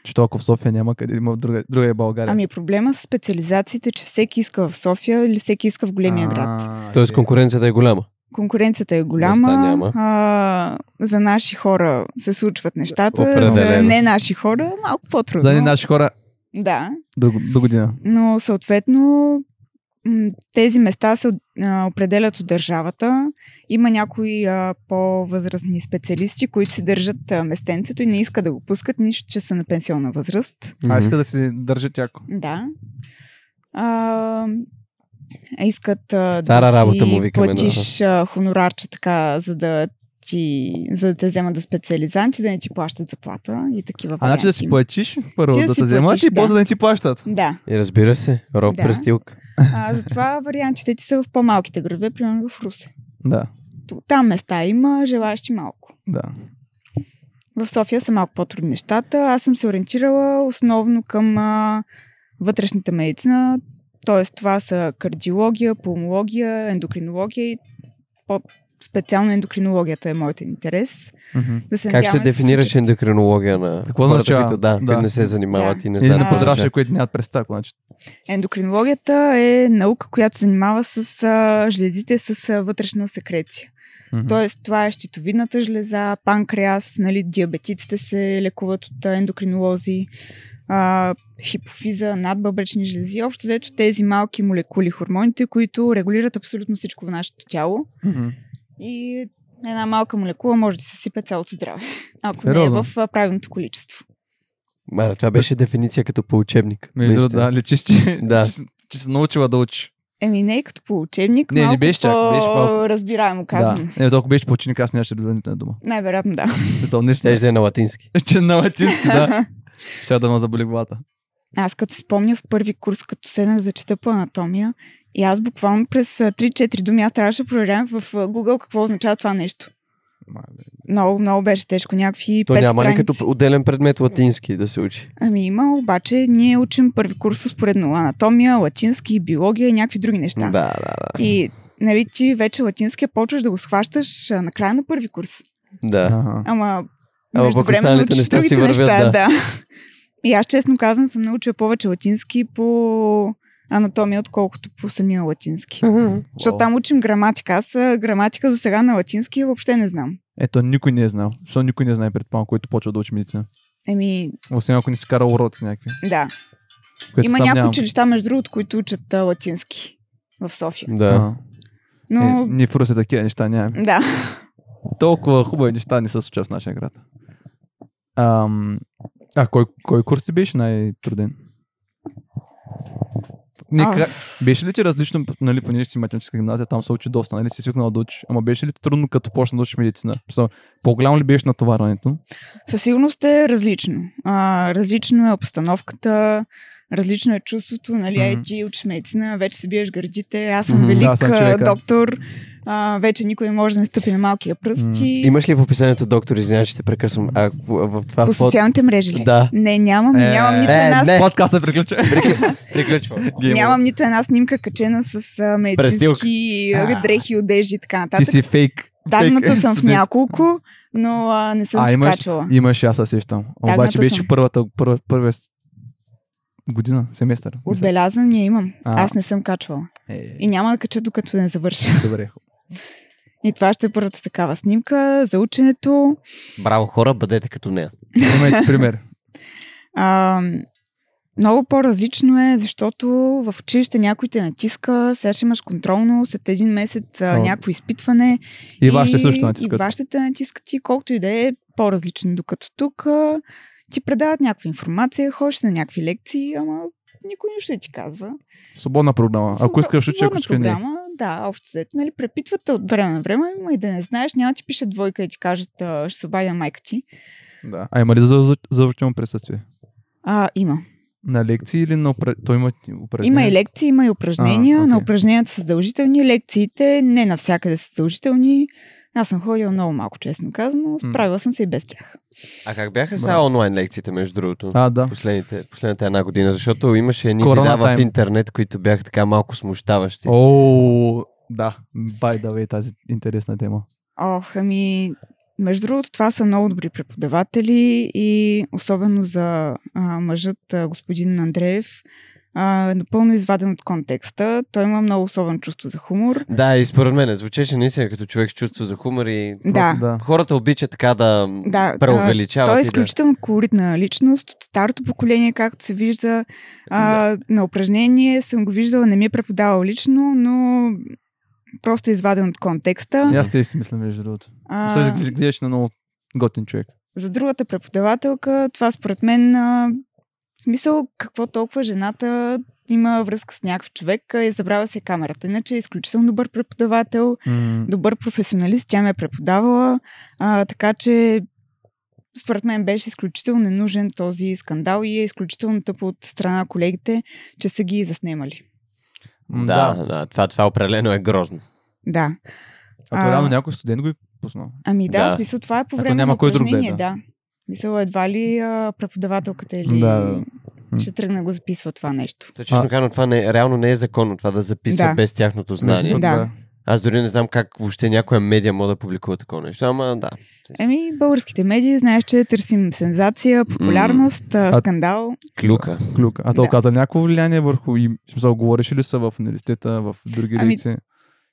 Speaker 2: Що ако в София няма къде, има в друга, друга е България.
Speaker 4: Ами проблема с специализациите е, че всеки иска в София или всеки иска в големия
Speaker 2: А,
Speaker 4: град.
Speaker 2: окей.
Speaker 3: Тоест конкуренцията е голяма.
Speaker 4: конкуренцията е голяма.
Speaker 3: Места няма.
Speaker 4: А, за наши хора се случват нещата. За
Speaker 3: Определено.
Speaker 4: не наши хора малко по-трудно.
Speaker 2: За едни наши хора
Speaker 4: Да.
Speaker 2: до, до година.
Speaker 4: Но съответно м, тези места се а, определят от държавата. Има някои а, по-възрастни специалисти, които си държат а, местенцето и не искат да го пускат, нищо, че са на пенсионна възраст.
Speaker 2: А иска да си държа тяко.
Speaker 4: Да. А, искат а,
Speaker 3: Стара
Speaker 4: да
Speaker 3: работа
Speaker 4: си
Speaker 3: му викаме, да.
Speaker 4: платиш а, хонорарче така, за да ти, за да те вземат да специализанти, да не ти плащат заплата и такива
Speaker 2: А значи да си
Speaker 4: варианти.
Speaker 2: платиш първо,
Speaker 4: Е, Ти да
Speaker 2: да
Speaker 4: си
Speaker 2: те вземат
Speaker 4: платиш,
Speaker 2: и после
Speaker 4: да.
Speaker 2: да не ти плащат.
Speaker 4: Да.
Speaker 3: И разбира се, роб
Speaker 4: Да.
Speaker 3: да. престилка.
Speaker 4: А, затова вариантите ти са в по-малките градове, примерно в Русе.
Speaker 2: Да,
Speaker 4: Т- Там места има, желаещи малко.
Speaker 2: да.
Speaker 4: В София са малко по-трудни нещата. Аз съм се ориентирала основно към а, вътрешната медицина, т.е. това са кардиология, пулмология, ендокринология и по- специално ендокринологията е моят интерес.
Speaker 2: Мгм.
Speaker 4: Да се
Speaker 3: Как ще
Speaker 4: надяваме да се
Speaker 3: дефинираш
Speaker 4: случат.
Speaker 3: ендокринология на
Speaker 2: Какво
Speaker 3: хората,
Speaker 2: означава?
Speaker 3: които, да,
Speaker 2: Да.
Speaker 3: които не се занимават
Speaker 4: Да.
Speaker 3: и не
Speaker 2: Или
Speaker 3: знаят
Speaker 2: на
Speaker 3: какво
Speaker 2: подраша,
Speaker 3: означава.
Speaker 2: които нямат представа. Значи.
Speaker 4: Ендокринологията е наука, която се занимава с а, жлезите с а, вътрешна секреция.
Speaker 2: Мгм.
Speaker 4: Тоест, това е щитовидната жлеза, панкреас, нали, диабетиците се лекуват от а, ендокринолози, а, хипофиза, надбъбречни жлези. Общо взето тези малки молекули, хормоните, които регулират абсолютно всичко в нашето тяло.
Speaker 2: Мгм.
Speaker 4: И една малка молекула може да се сипе цялото здраве, ако не
Speaker 2: Сериозно?
Speaker 4: е в а, правилното количество.
Speaker 3: Ма, това беше дефиниция като по учебник.
Speaker 2: Между другото,
Speaker 3: наистина.
Speaker 2: да, лечиш, че,
Speaker 3: Да.
Speaker 2: че, с- че се научила да учи.
Speaker 4: Еми не е като по учебник,
Speaker 2: Не, не
Speaker 4: малко
Speaker 2: беше чак, беше малко-
Speaker 4: по-разбираемо казвам.
Speaker 2: Да. Не, толкова беше по ученик, аз нямаше да бъда нито една дума.
Speaker 4: Най-вероятно да.
Speaker 2: Мисля, не ще
Speaker 3: Щеше да е на латински.
Speaker 2: ще на латински, да. Ще да ме заболи главата.
Speaker 4: Аз като спомня в първи курс, като седнах да чета по анатомия, и аз буквално през а, 3-4 думи аз трябваше да проверявам в а, Google какво означава това нещо.
Speaker 2: Мале.
Speaker 4: Много, много беше тежко. Някакви
Speaker 3: То
Speaker 4: пет
Speaker 3: няма ли
Speaker 4: страници.
Speaker 3: като отделен предмет латински да се учи?
Speaker 4: Ами има, обаче ние учим първи курс успоредно анатомия, латински, биология и някакви други неща.
Speaker 3: Да, да, да.
Speaker 4: И нали ти вече латинския почваш да го схващаш а, на края на първи курс.
Speaker 3: да.
Speaker 2: Ага.
Speaker 4: Ама,
Speaker 3: Ама
Speaker 4: между
Speaker 3: пък
Speaker 4: време
Speaker 3: останалите
Speaker 4: научиш
Speaker 3: неща си
Speaker 4: другите
Speaker 3: вървят,
Speaker 4: неща,
Speaker 3: да.
Speaker 4: да. И аз честно казвам, съм научила повече латински по анатомия, отколкото по самия латински. Защото там учим граматика. Аз а, граматика до сега на латински въобще не знам.
Speaker 2: Ето, никой не е знал. Защо никой не знае предполагам, който почва да учи медицина.
Speaker 4: Еми,
Speaker 2: Освен ако не си карал уроци някакви.
Speaker 4: да.
Speaker 2: Което
Speaker 4: Има
Speaker 2: сам
Speaker 4: някои
Speaker 2: нямам.
Speaker 4: училища, между другото, които учат а, латински в София.
Speaker 3: Да.
Speaker 2: Но... Е,
Speaker 4: Но,
Speaker 2: ние в Русе такива неща нямаме.
Speaker 4: да.
Speaker 2: Толкова хубави неща не се случват в нашия град. Ам... А кой, кой курс ти беше най-труден? Не,
Speaker 4: А.
Speaker 2: кра... Беше ли ти различно, нали, понеже си математическа гимназия, там се учи доста, нали, си свикнал да учиш. Ама беше ли ти трудно, като почна да учиш медицина? Просто По-голямо ли беше натоварването?
Speaker 4: Със сигурност е различно. А, различно е обстановката, различно е чувството, нали,
Speaker 2: Мгм.
Speaker 4: mm-hmm. ти учиш медицина, вече се биеш гърдите, аз съм
Speaker 2: Мгм.
Speaker 4: велик
Speaker 2: Да, съм
Speaker 4: а,
Speaker 2: човека.
Speaker 4: доктор, а, вече никой не може да не стъпи на малкия пръст
Speaker 2: Мгм.
Speaker 4: и
Speaker 3: Имаш ли в описанието, доктор, извинявай, ще те прекъсвам, а в, в това
Speaker 4: по
Speaker 3: фото...
Speaker 4: социалните мрежи ли?
Speaker 3: Да.
Speaker 4: Не, нямам,
Speaker 2: Е,
Speaker 4: е, нямам нито
Speaker 3: е,
Speaker 4: една
Speaker 3: не.
Speaker 2: Подкаст не приключва.
Speaker 3: Приключвам.
Speaker 2: Гейм
Speaker 4: Нямам нито една снимка качена с а, медицински
Speaker 2: Престилка.
Speaker 4: а, дрехи, одежди и така
Speaker 2: Ти
Speaker 4: нататък.
Speaker 2: си фейк.
Speaker 4: Тагната
Speaker 2: фейк
Speaker 4: съм в
Speaker 2: студент.
Speaker 4: няколко, но а, не съм
Speaker 2: А,
Speaker 4: си
Speaker 2: имаш-
Speaker 4: качвала.
Speaker 2: Имаш, аз се сещам.
Speaker 4: Тагната
Speaker 2: Обаче беше
Speaker 4: съм.
Speaker 2: в първата, първа, първия с- година, семестър. мисля.
Speaker 4: Отбелязания имам.
Speaker 2: А.
Speaker 4: Аз не съм качвала.
Speaker 2: Е,
Speaker 4: И няма да кача, докато не завърша.
Speaker 2: добре.
Speaker 4: И това ще е първата такава снимка за ученето.
Speaker 3: Браво хора, бъдете като нея.
Speaker 2: Имайте пример.
Speaker 4: А, много по-различно е, защото в училище някой те натиска, сега ще имаш контролно, след един месец а,
Speaker 2: О.
Speaker 4: някакво изпитване.
Speaker 2: И вашите също
Speaker 4: И
Speaker 2: натискат.
Speaker 4: вашите те натискат и колкото и да е по-различно. Докато тук а, ти предават някаква информация, ходиш на някакви лекции, ама никой нищо не ти казва.
Speaker 2: Свободна програма. Ако
Speaker 4: Свобо-
Speaker 2: искаш учи, ако
Speaker 4: свободна
Speaker 2: искаш не.
Speaker 4: програма, да, общо взето, нали, препитват те от време на време, ама и да не знаеш, няма ти пише двойка и ти кажат, а, ще се обадя на майка ти.
Speaker 2: Да. А има ли за- за- задължително присъствие?
Speaker 4: А, има.
Speaker 2: На лекции или на упра... Той има упражнения?
Speaker 4: Има и лекции, има и упражнения.
Speaker 2: А,
Speaker 4: А,
Speaker 2: окей.
Speaker 4: На упражненията са задължителни, лекциите не навсякъде са задължителни. Аз съм ходила много малко, честно казано. Справила съм се и без тях.
Speaker 3: А как бяха сега онлайн лекциите, между другото?
Speaker 2: А, да.
Speaker 3: Последните, последната една година, защото имаше едни
Speaker 2: Корона
Speaker 3: видеа в
Speaker 2: тайм.
Speaker 3: интернет, които бяха така малко смущаващи.
Speaker 2: О, да. Бай да вей тази интересна тема.
Speaker 4: Ох, ами, между другото, това са много добри преподаватели и особено за а, мъжът а, господин Андреев. а, е напълно изваден от контекста. Той има много особено чувство за хумор.
Speaker 3: Да, и според мен звучеше наистина като човек с чувство за хумор и
Speaker 4: Да.
Speaker 2: Да.
Speaker 3: хората обичат така да,
Speaker 4: Да,
Speaker 3: да
Speaker 4: а,
Speaker 3: преувеличават.
Speaker 4: Той е
Speaker 3: и да...
Speaker 4: изключително колоритна личност от старото поколение, както се вижда а, на упражнение. Съм го виждала, не ми е преподавал лично, но просто е изваден от контекста.
Speaker 2: И аз те си мисля, между другото.
Speaker 4: А,
Speaker 2: Сега гледаш на много готин човек.
Speaker 4: за другата преподавателка, това според мен, а, в смисъл, какво толкова жената има връзка с някакъв човек а, и забрава се камерата. Иначе е изключително добър преподавател,
Speaker 2: М,
Speaker 4: добър професионалист, тя ме е преподавала, а, така че според мен беше изключително ненужен този скандал и е изключително тъпо от страна на колегите, че са ги заснемали.
Speaker 2: м,
Speaker 3: Да, да, това, това определено е грозно.
Speaker 4: Да.
Speaker 2: А то
Speaker 4: А.
Speaker 2: реално някой студент го е пуснал.
Speaker 4: Ами да,
Speaker 3: Да.
Speaker 4: да. смисъл това е по
Speaker 2: Ето
Speaker 4: време
Speaker 2: няма
Speaker 4: на
Speaker 2: кой друг да е,
Speaker 4: упражнение,
Speaker 2: да.
Speaker 4: да. Мисъл едва ли а, преподавателката или
Speaker 2: Да.
Speaker 4: ще тръгне да го записва това нещо.
Speaker 3: То, честно
Speaker 2: А-
Speaker 3: казано, това не, реално не е законно, това да записва
Speaker 4: Да.
Speaker 3: без тяхното знание.
Speaker 2: Между-
Speaker 4: Да.
Speaker 3: Аз дори не знам как въобще някоя медия може да публикува такова нещо, ама да.
Speaker 4: Еми, българските медии, знаеш, че търсим сензация, популярност,
Speaker 2: А-
Speaker 4: а... скандал.
Speaker 3: Клюка.
Speaker 2: Клюк. А то
Speaker 4: Да.
Speaker 2: оказа някакво влияние върху им? В Смисъл, говореше ли са в университета, в други
Speaker 4: Ами,
Speaker 2: лекции?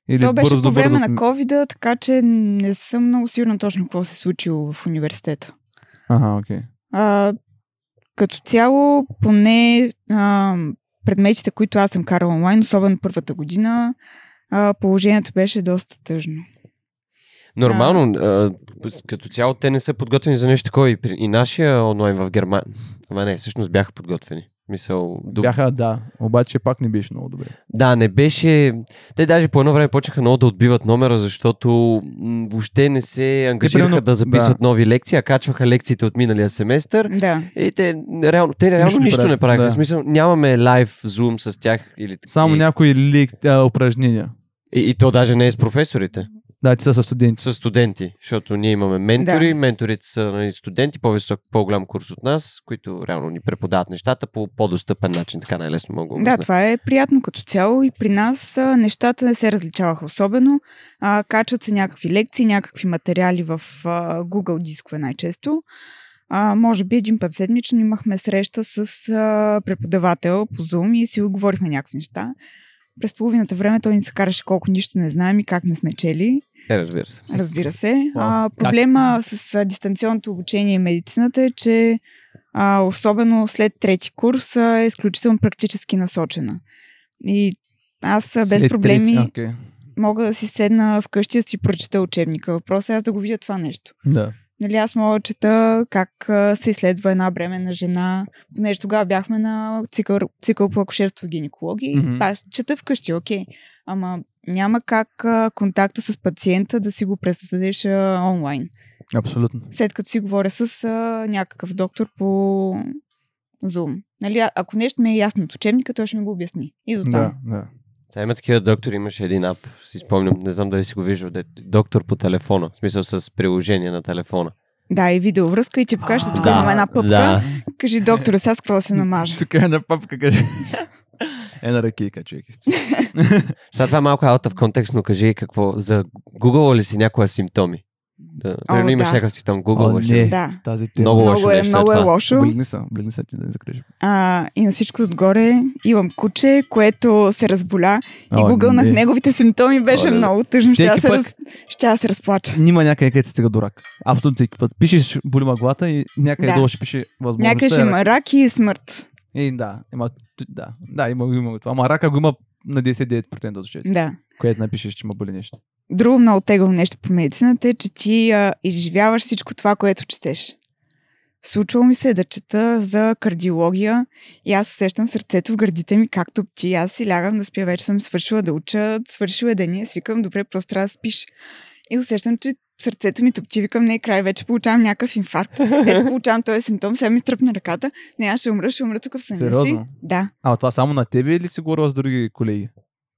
Speaker 2: Или
Speaker 4: То беше по време на
Speaker 2: м,
Speaker 4: covid така че не съм много сигурна точно какво се е случило в университета.
Speaker 2: Ага, окей.
Speaker 4: А, като цяло, поне а, предметите, които аз съм карала онлайн, особено първата година, а, положението беше доста тъжно.
Speaker 3: Нормално, а, като цяло те не са подготвени за нещо такова и, при- и нашия онлайн в Германия. Ама не, всъщност бяха подготвени. Мисъл, до...
Speaker 2: Бяха, да. Обаче пак не беше много добре.
Speaker 3: Да, не беше... Те даже по едно време почнаха много да отбиват номера, защото м, въобще не се ангажираха
Speaker 2: примерно-
Speaker 3: да записват нови лекции, а качваха лекциите от миналия семестър.
Speaker 4: Да.
Speaker 3: И те реално, те реално
Speaker 2: Нищо
Speaker 3: нищо,
Speaker 2: не
Speaker 3: не
Speaker 2: правят,
Speaker 3: правиха.
Speaker 2: да.
Speaker 3: В смисъл, нямаме лайв зум с тях. Или...
Speaker 2: Само
Speaker 3: и,
Speaker 2: някои лик, а, упражнения.
Speaker 3: и, и, то даже не е с професорите.
Speaker 2: Да, те са със студенти.
Speaker 3: С студенти, защото ние имаме ментори, да. менторите са нали, студенти, по-висок, по-голям курс от нас, които реално ни преподават нещата по по-достъпен начин, така най-лесно мога
Speaker 4: Да, това е приятно като цяло и при нас а, нещата не се различаваха особено. А, качват се някакви лекции, някакви материали в а, Google дискове най-често. А, може би един път седмично имахме среща с а, преподавател по Zoom и си оговорихме някакви неща. През половината време той ни се караше колко нищо не знаем и как не сме чели.
Speaker 3: Е, разбира се.
Speaker 4: Разбира се.
Speaker 2: Вау.
Speaker 4: А,
Speaker 2: Как?
Speaker 4: проблема с а, дистанционното обучение и медицината е, че а, особено след трети курс а, е изключително практически насочена. И аз а, без
Speaker 2: Е,
Speaker 4: проблеми
Speaker 2: трети, Окей.
Speaker 4: мога да си седна вкъщи и да си прочета учебника. Въпросът е аз да го видя това нещо.
Speaker 2: Да.
Speaker 4: Нали, аз мога да чета как а, се изследва една бременна жена, понеже тогава бяхме на цикъл, цикъл по акушерство и гинекология.
Speaker 2: Мгм.
Speaker 4: Mm-hmm. Аз чета вкъщи, окей. Ама няма как а, контакта с пациента да си го пресъздадеш а, онлайн.
Speaker 2: Абсолютно.
Speaker 4: След като си говоря с а, някакъв доктор по Zoom. Нали, а- ако нещо ми е ясно от учебника, той ще ми го обясни. И до там.
Speaker 2: Да, да.
Speaker 3: Та има такива доктори, имаше един ап, си спомням, не знам дали си го виждал, де- доктор по телефона, в смисъл с приложение на телефона.
Speaker 4: Да, и видеовръзка и ти покажа, тук имам една пъпка.
Speaker 3: Да,
Speaker 4: Кажи, доктор, сега с какво да се намажа?
Speaker 2: Тук е на папка, каже. е на ръкейка, човек. истина.
Speaker 3: сега това е малко out of контекст, но кажи какво, за гугъл ли си някоя симптоми? Да,
Speaker 4: О,
Speaker 3: Примерно имаш
Speaker 4: да.
Speaker 3: някакъв симптом,
Speaker 2: О,
Speaker 3: гугъл
Speaker 2: не.
Speaker 3: ли?
Speaker 4: Да.
Speaker 2: Тази тема.
Speaker 3: Е, Много лошо
Speaker 4: Много е,
Speaker 3: нещо е
Speaker 4: много е
Speaker 3: това.
Speaker 4: лошо.
Speaker 2: Облегни са, облегни са, ти да не закрижи.
Speaker 4: А, и на всичко отгоре имам куче, което се разболя и гугълнах неговите симптоми, беше
Speaker 3: Оле,
Speaker 4: много тъжно. Ще
Speaker 2: Всеки
Speaker 4: аз се,
Speaker 2: път-
Speaker 4: раз... ще аз се разплача.
Speaker 2: Нима някъде, където стига до рак. Абсолютно всеки път. Пишеш боли ма главата и някъде
Speaker 4: Да.
Speaker 2: долу ще пише възможността.
Speaker 4: Някъде
Speaker 2: е
Speaker 4: ще
Speaker 2: рак.
Speaker 4: има рак и смърт.
Speaker 2: Е, да, има, т- да, да, има, го, има го това. Ама рака го има на 99% от случаите,
Speaker 4: Да.
Speaker 2: което напишеш, че има боли нещо.
Speaker 4: Друго много тегаво нещо по медицината е, че ти а, изживяваш всичко това, което четеш. Случвало ми се е да чета за кардиология и аз усещам сърцето в гърдите ми, както ти. Аз си лягам да спя, вече съм свършила да уча, свършила е деня, свикам, добре, просто трябва да спиш. И усещам, че сърцето ми тъпти, викам, не е край, вече получавам някакъв инфаркт. Е, получавам този симптом, сега ми стръпна ръката. Не, аз ще умра, ще умра тук в съня си.
Speaker 2: Сериозно?
Speaker 4: Да.
Speaker 2: А, това само на тебе или си говорил с други колеги?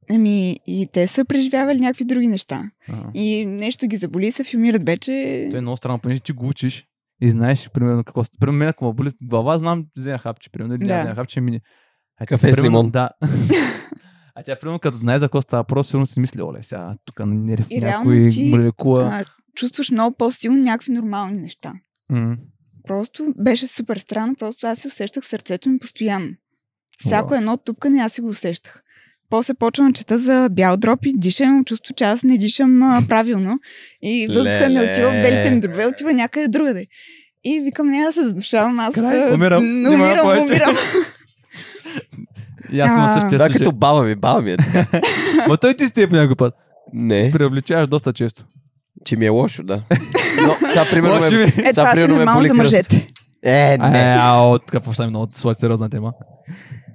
Speaker 4: Ами, и те са преживявали някакви други неща.
Speaker 2: Ага.
Speaker 4: И нещо ги заболи, се филмират вече.
Speaker 2: То е много странно, понеже ти го учиш и знаеш, примерно, какво... с- Примерно, мен, ако ме боли глава, знам, взема хапче, примерно, или
Speaker 4: Да.
Speaker 2: да. няма хапче, мине. А тя,
Speaker 3: Кафе с
Speaker 2: примерно,
Speaker 3: лимон.
Speaker 2: Да. а тя, примерно, като знае за какво става, просто сигурно си мисли, оле, сега тук не
Speaker 4: И реално
Speaker 2: някой
Speaker 4: ти-
Speaker 2: молекула.
Speaker 4: а, чувстваш много по-силно някакви нормални неща.
Speaker 2: М.
Speaker 4: Просто беше супер странно, просто аз си усещах сърцето ми постоянно. Всяко едно тупкане аз си го усещах. После почвам да чета за бял дроп и дишам, чувство, че аз не дишам а, правилно. И въздуха не отива в белите ми дробове, отива някъде другаде. И викам, няма да се задушавам, аз
Speaker 2: Край,
Speaker 4: а,
Speaker 2: умирам,
Speaker 4: н-
Speaker 2: няма
Speaker 4: умирам,
Speaker 2: повече.
Speaker 4: умирам.
Speaker 2: Ясно на
Speaker 4: А.
Speaker 2: същия
Speaker 3: Да,
Speaker 2: случай.
Speaker 3: като баба ми, баба ми е така.
Speaker 2: Ма той ти степи някой път.
Speaker 3: Не,
Speaker 2: Привличаваш доста често.
Speaker 3: че ми е лошо, да. Но, сега примерно
Speaker 2: Може
Speaker 3: ме,
Speaker 2: би.
Speaker 4: Е,
Speaker 3: сега,
Speaker 4: това си
Speaker 3: примерно, ме
Speaker 4: нормално
Speaker 3: боли
Speaker 4: за
Speaker 3: кръст.
Speaker 4: мъжете.
Speaker 3: Е, не.
Speaker 2: Е, ао, какво става много своя сериозна тема.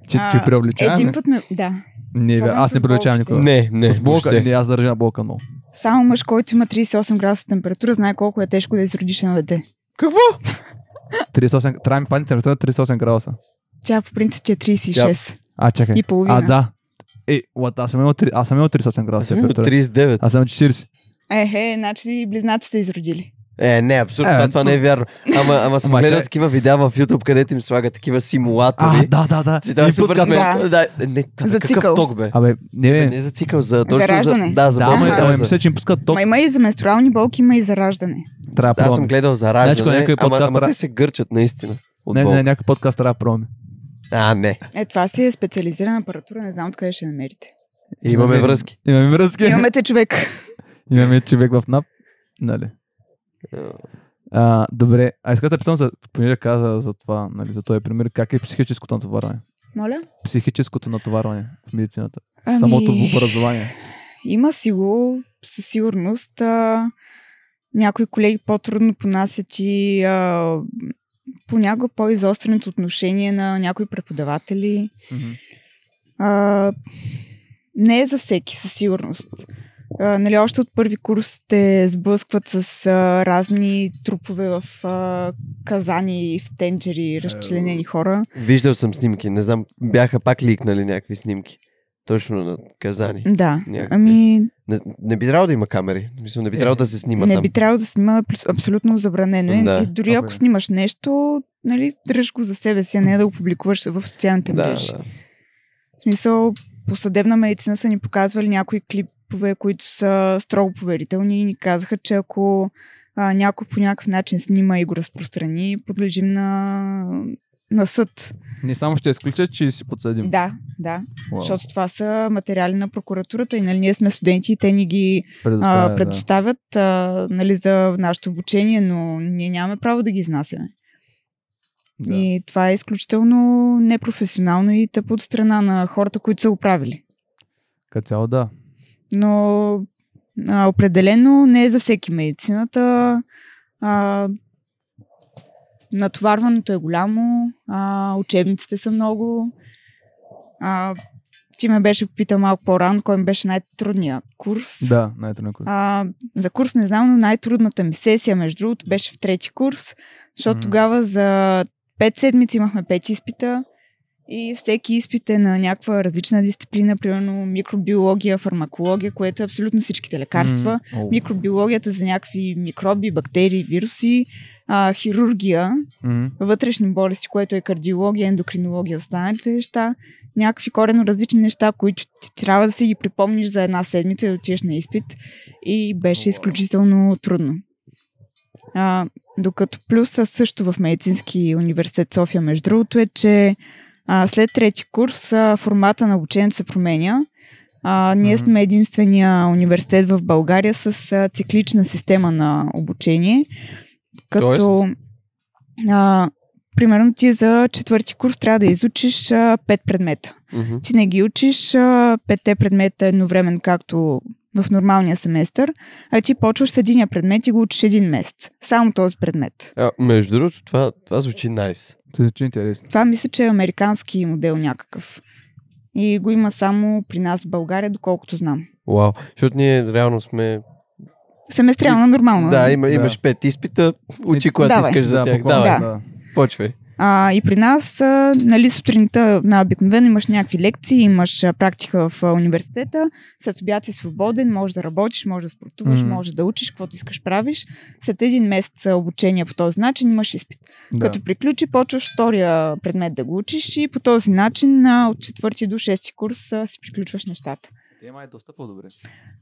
Speaker 2: Че,
Speaker 4: А,
Speaker 2: че привличаваме.
Speaker 4: Един път ме... Да.
Speaker 2: Не, бе, аз не
Speaker 4: Спомням с
Speaker 2: привличавам
Speaker 4: болките.
Speaker 2: никога.
Speaker 3: Не, не.
Speaker 2: С блока,
Speaker 3: въобще.
Speaker 2: не, аз държа на блока много.
Speaker 4: Само мъж, който има 38 градуса температура, знае колко е тежко да изродиш на дете.
Speaker 3: Какво?
Speaker 2: 38, трябва ми пани температура 38 градуса.
Speaker 4: Тя по принцип ти е 36.
Speaker 2: А, чакай.
Speaker 4: И половина.
Speaker 2: А, да. Е, what, аз съм имал, три- аз съм имал 38
Speaker 3: Аз
Speaker 2: градуса
Speaker 3: съм имал
Speaker 2: температура.
Speaker 3: 39.
Speaker 2: Аз съм 40.
Speaker 4: Ехе, значи и близнаците изродили.
Speaker 3: Е, не, абсурдно,
Speaker 2: Е,
Speaker 3: това, това не е вярно. Ама, ама съм
Speaker 2: Ама,
Speaker 3: гледал
Speaker 2: чай.
Speaker 3: такива видеа в YouTube, където им слагат такива симулатори.
Speaker 2: А, да, да, да.
Speaker 3: Си дава
Speaker 2: И
Speaker 3: супер
Speaker 2: пускат-
Speaker 4: сме-
Speaker 3: смешно. Да, не, това,
Speaker 4: За
Speaker 3: какъв
Speaker 4: цикъл.
Speaker 3: ток, бе.
Speaker 2: Абе, не,
Speaker 3: Бе,
Speaker 2: не.
Speaker 3: Не за цикъл, за точно
Speaker 4: раждане.
Speaker 3: За, да, за
Speaker 2: Да,
Speaker 3: болка
Speaker 2: ама,
Speaker 3: и
Speaker 2: ама
Speaker 3: раждане.
Speaker 2: мисля, че им пускат ток.
Speaker 4: Ма има и за менструални болки, има и за раждане.
Speaker 2: Трябва да
Speaker 3: Аз съм
Speaker 2: пробваме.
Speaker 3: гледал за
Speaker 2: Значи, ако
Speaker 3: раждане,
Speaker 2: някой
Speaker 3: ама,
Speaker 2: подкаст
Speaker 3: ама
Speaker 2: ра-
Speaker 3: те се гърчат наистина. От
Speaker 2: Не,
Speaker 3: болка.
Speaker 2: не, някой подкаст трябва да пробваме.
Speaker 3: А, не.
Speaker 4: Е, това си е специализирана апаратура, не знам откъде ще я намерите.
Speaker 3: Имаме
Speaker 2: Имаме-
Speaker 3: връзки.
Speaker 2: Имаме връзки.
Speaker 4: Имаме те човек.
Speaker 2: Имаме човек в НАП. Нали. А, добре, а иска да питам, за, понеже каза за това, нали, за този пример, как е психическото натоварване?
Speaker 4: Моля?
Speaker 2: Психическото натоварване в медицината.
Speaker 4: Ами...
Speaker 2: Самото образование.
Speaker 4: Има си го, със сигурност. А, някои колеги по-трудно понасят и а, понякога по-изостреното отношение на някои преподаватели. А, не е за всеки, със сигурност. А, нали, още от първи курс те сблъскват с а, разни трупове в а, казани, в тенджери, разчленени хора.
Speaker 3: Виждал съм снимки, не знам, бяха пак ликнали някакви снимки. Точно на Казани.
Speaker 4: Да.
Speaker 3: Някакви.
Speaker 4: Ами,
Speaker 3: Не, не би трябвало да има камери. Мисля, не би
Speaker 2: Е,
Speaker 3: трябвало да се снима
Speaker 4: не
Speaker 3: там.
Speaker 4: би трябвало да снима абс- абсолютно забранено. е.
Speaker 3: Да,
Speaker 4: и дори
Speaker 2: абе.
Speaker 4: ако снимаш нещо, нали, дръж го за себе си, а не да го публикуваш в социалните
Speaker 3: Да,
Speaker 4: мрежи.
Speaker 3: да.
Speaker 4: В смисъл, по съдебна медицина са ни показвали някои клипове, които са строго поверителни и ни казаха, че ако а, някой по някакъв начин снима и го разпространи, подлежим на, на съд.
Speaker 2: Не само ще изключа, че си подсъдим.
Speaker 4: Да, да,
Speaker 2: Уау.
Speaker 4: защото това са материали на прокуратурата и нали, ние сме студенти и те ни ги
Speaker 2: Предоставя,
Speaker 4: а, предоставят а, нали, за нашето обучение, но ние нямаме право да ги изнасяме.
Speaker 2: да. Да.
Speaker 4: И това е изключително непрофесионално и тъпо от страна на хората, които са управили.
Speaker 2: Като цяло да.
Speaker 4: но а, определено не е за всеки медицината. А, натоварването е голямо, а, учебниците са много. А, ти ме беше попитал малко по-рано, кой ми беше най-трудният курс.
Speaker 2: Да, най-трудно. курс.
Speaker 4: А, за курс не знам, но най-трудната ми сесия, между другото, беше в трети курс, защото
Speaker 2: Мгм.
Speaker 4: тогава за пет седмици имахме пет изпита и всеки изпит е на някаква различна дисциплина, примерно микробиология, фармакология, което е абсолютно всичките лекарства.
Speaker 2: М, оу.
Speaker 4: Микробиологията за някакви микроби, бактерии, вируси, а, хирургия,
Speaker 2: Мгм.
Speaker 4: вътрешни болести, което е кардиология, ендокринология, останалите неща, някакви корено различни неща, които ти трябва да си ги припомниш за една седмица и да отидеш на изпит. И беше изключително трудно. А, докато плюса също в Медицински университет София, между другото, е, че а, след трети курс а, формата на обучението се променя. А, ние
Speaker 2: Мгм.
Speaker 4: сме единствения университет в България с а, циклична система на обучение. Като, а, примерно, ти за четвърти курс трябва да изучиш а, пет предмета.
Speaker 3: Мгм.
Speaker 4: Ти не ги учиш а, петте предмета едновременно, както в нормалния семестър, а ти почваш с единия предмет и го учиш един месец. Само този предмет.
Speaker 3: А, между другото, това, това звучи найс.
Speaker 2: Това звучи интересно.
Speaker 4: Това мисля, че е американски модел някакъв. И го има само при нас в България, доколкото знам.
Speaker 3: Вау. Защото ние реално сме...
Speaker 4: Семестриално, нормално.
Speaker 3: Да, има,
Speaker 2: Да. Е,
Speaker 3: имаш пет изпита, учи
Speaker 2: И-
Speaker 3: когато
Speaker 4: Давай.
Speaker 3: искаш за тях.
Speaker 2: буквално,
Speaker 3: Давай,
Speaker 4: Да.
Speaker 3: почвай.
Speaker 4: А, и при нас, а, нали, сутринта на обикновено имаш някакви лекции, имаш а, практика в а, университета, след обяд си свободен, можеш да работиш, можеш да спортуваш,
Speaker 2: Мгм.
Speaker 4: можеш да учиш, каквото искаш правиш. След един месец а, обучение по този начин имаш изпит.
Speaker 2: Да.
Speaker 4: Като приключи, почваш втория предмет да го учиш и по този начин а, от четвърти до шести курс а, си приключваш нещата.
Speaker 2: Тема е доста по-добре.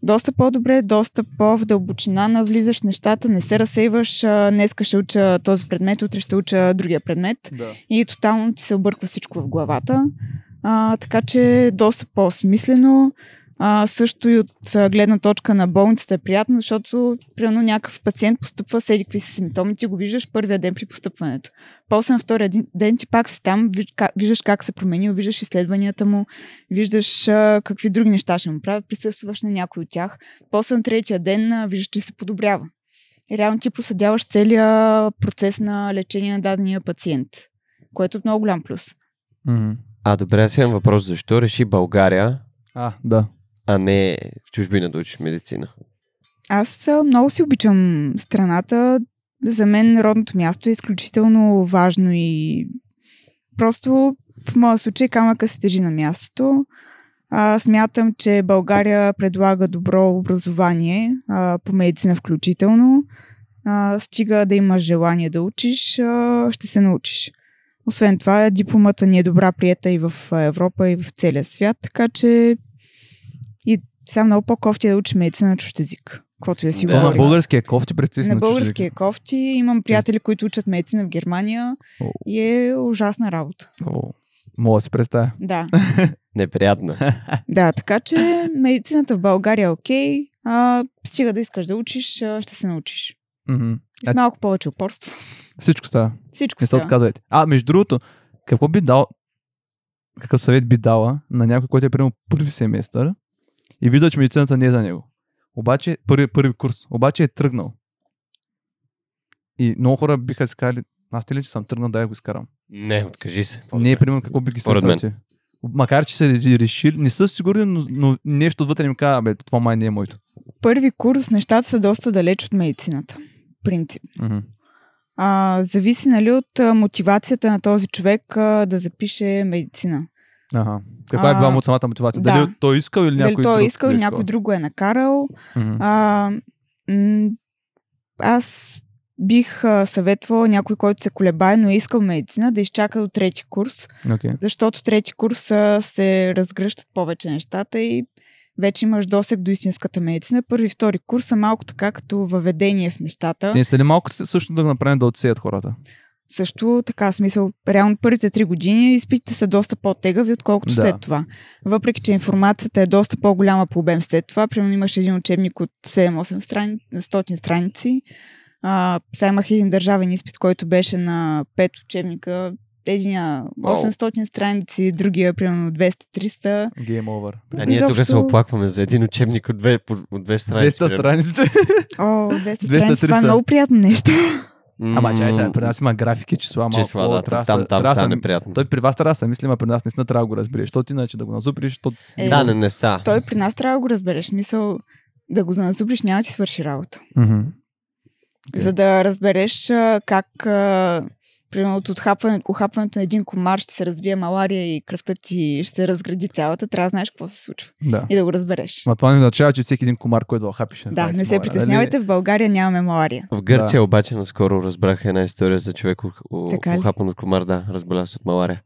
Speaker 4: Доста по-добре, доста по-в дълбочина навлизаш в нещата, не се разсейваш, а, днеска ще уча този предмет, утре ще уча другия предмет
Speaker 2: Да.
Speaker 4: и тотално ти се обърква всичко в главата. А, така че доста по-смислено. А, също и от а, гледна точка на болницата е приятно, защото примерно някакъв пациент постъпва с еди какви си симптоми, ти го виждаш първия ден при постъпването. После на втория ден- ден ти пак си там, виж- ка- виждаш как се е променил, виждаш изследванията му, виждаш а, какви други неща ще му правят, присъстваш на някой от тях. После на третия ден а, виждаш, че се подобрява. И реално ти проследяваш целият процес на лечение на дадения пациент, което е много голям плюс.
Speaker 2: М.
Speaker 3: А, добре, аз имам въпрос. Защо реши България,
Speaker 2: А, да.
Speaker 3: а не в чужбина да учиш медицина?
Speaker 4: Аз а, много си обичам страната. За мен родното място е изключително важно и просто в моя случай камъка се тежи на мястото. А, смятам, че България предлага добро образование, а, по медицина включително. А, стига да имаш желание да учиш, а, ще се научиш. Освен това, дипломата ни е добра приета и в а, Европа, и в целия свят, така че и сега много по-кофти е да учи медицина на чужд език, каквото и да си
Speaker 3: Да.
Speaker 2: То
Speaker 4: да.
Speaker 2: На
Speaker 4: говорим.
Speaker 2: българския кофти прецисна.
Speaker 4: На български е кофти. Имам приятели, които учат медицина в Германия
Speaker 2: О.
Speaker 4: и е ужасна работа.
Speaker 2: Мога да си представя.
Speaker 4: Да.
Speaker 3: Неприятна.
Speaker 4: да, така че медицината в България е окей. А, стига да искаш да учиш, а, ще се научиш.
Speaker 2: Мгм.
Speaker 4: И
Speaker 2: А-
Speaker 4: с малко повече упорство.
Speaker 2: Всичко става.
Speaker 4: Всичко
Speaker 2: Не се
Speaker 4: се.
Speaker 2: отказвайте. А, между другото, какво би дал, какъв съвет би дала на някой, който е приемал първи семестър и вижда, че медицината не е за него. Обаче, първи, първи курс, обаче е тръгнал. И много хора биха си казали, аз те ли, че съм тръгнал, да я го изкарам.
Speaker 3: Не, откажи се.
Speaker 2: Не е примерно какво би ги
Speaker 3: Според мен.
Speaker 2: съветвал ти? Макар, че са решили, не са сигурни, но, но нещо отвътре им казва, бе, това май не е моето.
Speaker 4: Първи курс нещата са доста далеч от медицината. Принцип.
Speaker 2: Мгм.
Speaker 4: А, зависи нали, от а, мотивацията на този човек а, да запише медицина.
Speaker 2: Ага. Каква е била
Speaker 4: А,
Speaker 2: му самата мотивация?
Speaker 4: да.
Speaker 2: Дали той е искал или някой
Speaker 4: Дали той е
Speaker 2: друг
Speaker 4: искал
Speaker 2: го
Speaker 4: или някой друг го е накарал.
Speaker 2: Мгм.
Speaker 4: А, м- аз бих а, съветвала някой, който се колебае, но е искал медицина, да изчака до трети курс,
Speaker 2: Окей.
Speaker 4: защото трети курс а, се разгръщат повече нещата и вече имаш досек до истинската медицина. Първи и втори курс са малко така като въведение в нещата.
Speaker 2: Не са ли малко също да го направим да отсеят хората?
Speaker 4: също така, смисъл, реално първите три години изпитите са доста по-тегави, отколкото
Speaker 2: Да.
Speaker 4: да. след това. Въпреки, че информацията е доста по-голяма по обем след това, примерно имаш един учебник от 7-8 страни, 100 страници. А, сега имах един държавен изпит, който беше на 5 учебника, единия 800 страници, другия примерно 200-300.
Speaker 2: Game over.
Speaker 3: А ние тук се
Speaker 4: Изобщо-
Speaker 3: оплакваме за един учебник от две, по- от две страници.
Speaker 2: 200 страници.
Speaker 4: О, 200 страници, това
Speaker 2: 300.
Speaker 4: е много приятно нещо.
Speaker 3: М,
Speaker 2: Ама чай сега, при нас има графики, числа, малко.
Speaker 3: Числа, да,
Speaker 2: трябва
Speaker 3: там, там,
Speaker 2: да- трябва да
Speaker 3: става
Speaker 2: са-
Speaker 3: неприятно.
Speaker 2: Той при вас трябва да се мисли, а при нас наистина трябва да го разбереш. Защото иначе да го назуприш, то...
Speaker 4: Е,
Speaker 3: Да, не, не става.
Speaker 4: Той при нас трябва да го разбереш. Мисъл, да го заназубриш, няма да ти свърши работа.
Speaker 2: Мгм. Окей.
Speaker 4: за да разбереш а, как а, примерно от отхапване, ухапването на един комар ще се развие малария и кръвта ти ще се разгради цялата, трябва да знаеш какво се случва
Speaker 2: Да.
Speaker 4: и да го разбереш.
Speaker 2: Ма това не означава, че всеки един комар, който е да хапиш.
Speaker 4: Да, не
Speaker 2: нали?
Speaker 4: се притеснявайте, в България нямаме малария.
Speaker 3: В Гърция обаче наскоро разбрах една история за човек, ух- у-
Speaker 4: Така ли?
Speaker 3: ухапан от комар, да, разболя се от малария.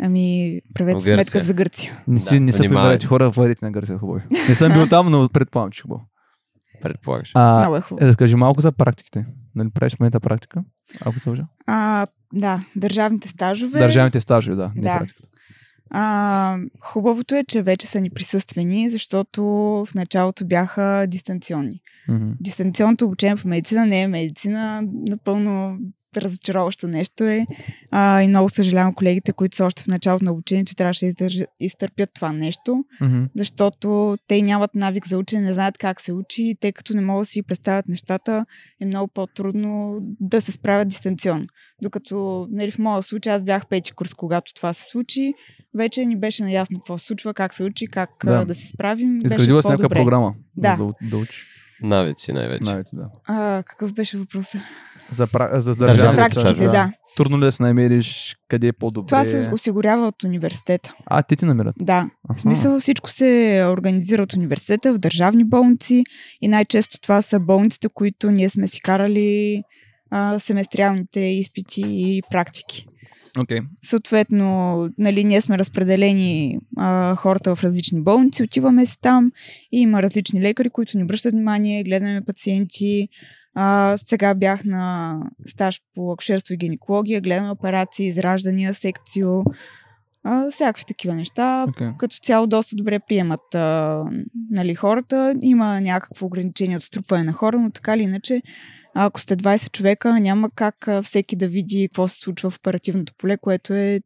Speaker 4: Ами,
Speaker 3: В
Speaker 4: правете
Speaker 3: Гърция.
Speaker 4: сметка за Гърция.
Speaker 2: Не, си,
Speaker 3: Да,
Speaker 2: не са
Speaker 3: внимавай.
Speaker 2: прибирайте хора в варите на Гърция, хубаво. е. Не съм бил там, но предполагам, че е хубаво.
Speaker 3: Предполагаш.
Speaker 2: А,
Speaker 4: Много е хубаво.
Speaker 2: разкажи малко за практиките. Нали правиш в момента практика? Ако се лъжа.
Speaker 4: А, да, държавните стажове.
Speaker 2: Държавните стажи, да. не
Speaker 4: Е, Да.
Speaker 2: практиката.
Speaker 4: А, хубавото е, че вече са ни присъствени, защото в началото бяха дистанционни.
Speaker 2: Мгм.
Speaker 4: дистанционното обучение по медицина не е медицина. Напълно разочароващо нещо е. А, и много съжалявам колегите, които са още в началото на обучението и трябваше да издържа- изтърпят това нещо,
Speaker 2: Мгм.
Speaker 4: защото те нямат навик за учене, не знаят как се учи и тъй като не могат да си представят нещата, е много по-трудно да се справят дистанционно. Докато нали, в моя случай аз бях пети курс, когато това се случи, вече ни беше наясно какво се случва, как се учи, как
Speaker 2: Да.
Speaker 4: да, да се справим. Беше
Speaker 2: Изградила си някаква
Speaker 4: по-добре.
Speaker 2: програма.
Speaker 4: Да.
Speaker 2: Да, да учиш.
Speaker 3: Навици най-вече.
Speaker 2: Навици, да.
Speaker 4: А, какъв беше въпросът?
Speaker 2: За, пра... за
Speaker 3: Държавни
Speaker 2: държавните
Speaker 4: практиките,
Speaker 2: стажове.
Speaker 4: да.
Speaker 2: Трудно ли да се намериш къде е по-добре?
Speaker 4: Това се осигурява от университета.
Speaker 2: А, те ти намират.
Speaker 4: Да.
Speaker 2: Аха.
Speaker 4: В смисъл всичко се организира от университета в държавни болници и най-често това са болниците, които ние сме си карали а, семестриалните изпити и практики.
Speaker 2: Окей.
Speaker 4: Съответно, нали, ние сме разпределени а, хората в различни болници, отиваме си там и има различни лекари, които ни обръщат внимание, гледаме пациенти. А, сега бях на стаж по акушерство и гинекология, гледам операции, израждания, секцио, а, всякакви такива неща.
Speaker 2: Okay.
Speaker 4: Като цяло доста добре приемат а, нали, хората. Има някакво ограничение от струпване на хора, но така или иначе, ако сте 20 човека, няма как а, всеки да види какво се случва в оперативното поле, което е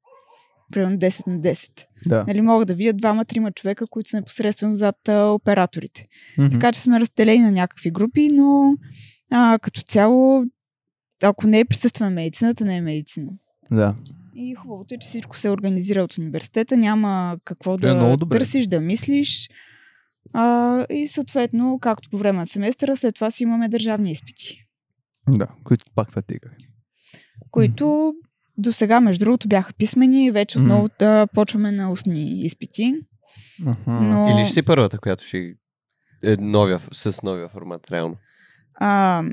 Speaker 4: примерно 10 на 10.
Speaker 2: Да.
Speaker 4: Нали, могат да видят двама-трима човека, които са непосредствено зад а, операторите.
Speaker 2: Мгм.
Speaker 4: Така че сме разделени на някакви групи, но а, като цяло, ако не е присъствена медицината, не е медицина.
Speaker 2: да.
Speaker 4: И хубавото е, че всичко се организира от университета, няма какво
Speaker 2: Е,
Speaker 4: да
Speaker 2: много добре.
Speaker 4: търсиш, да мислиш. А, и съответно, както по време на семестъра, след това си имаме държавни изпити,
Speaker 2: Да, които пак са тигави.
Speaker 4: които до сега, между другото, бяха писмени, вече
Speaker 2: Мгм.
Speaker 4: отново да почваме на устни изпити.
Speaker 2: Аха.
Speaker 4: Но...
Speaker 3: Или ще си първата, която ще е новия, с новия формат, реално.
Speaker 4: а,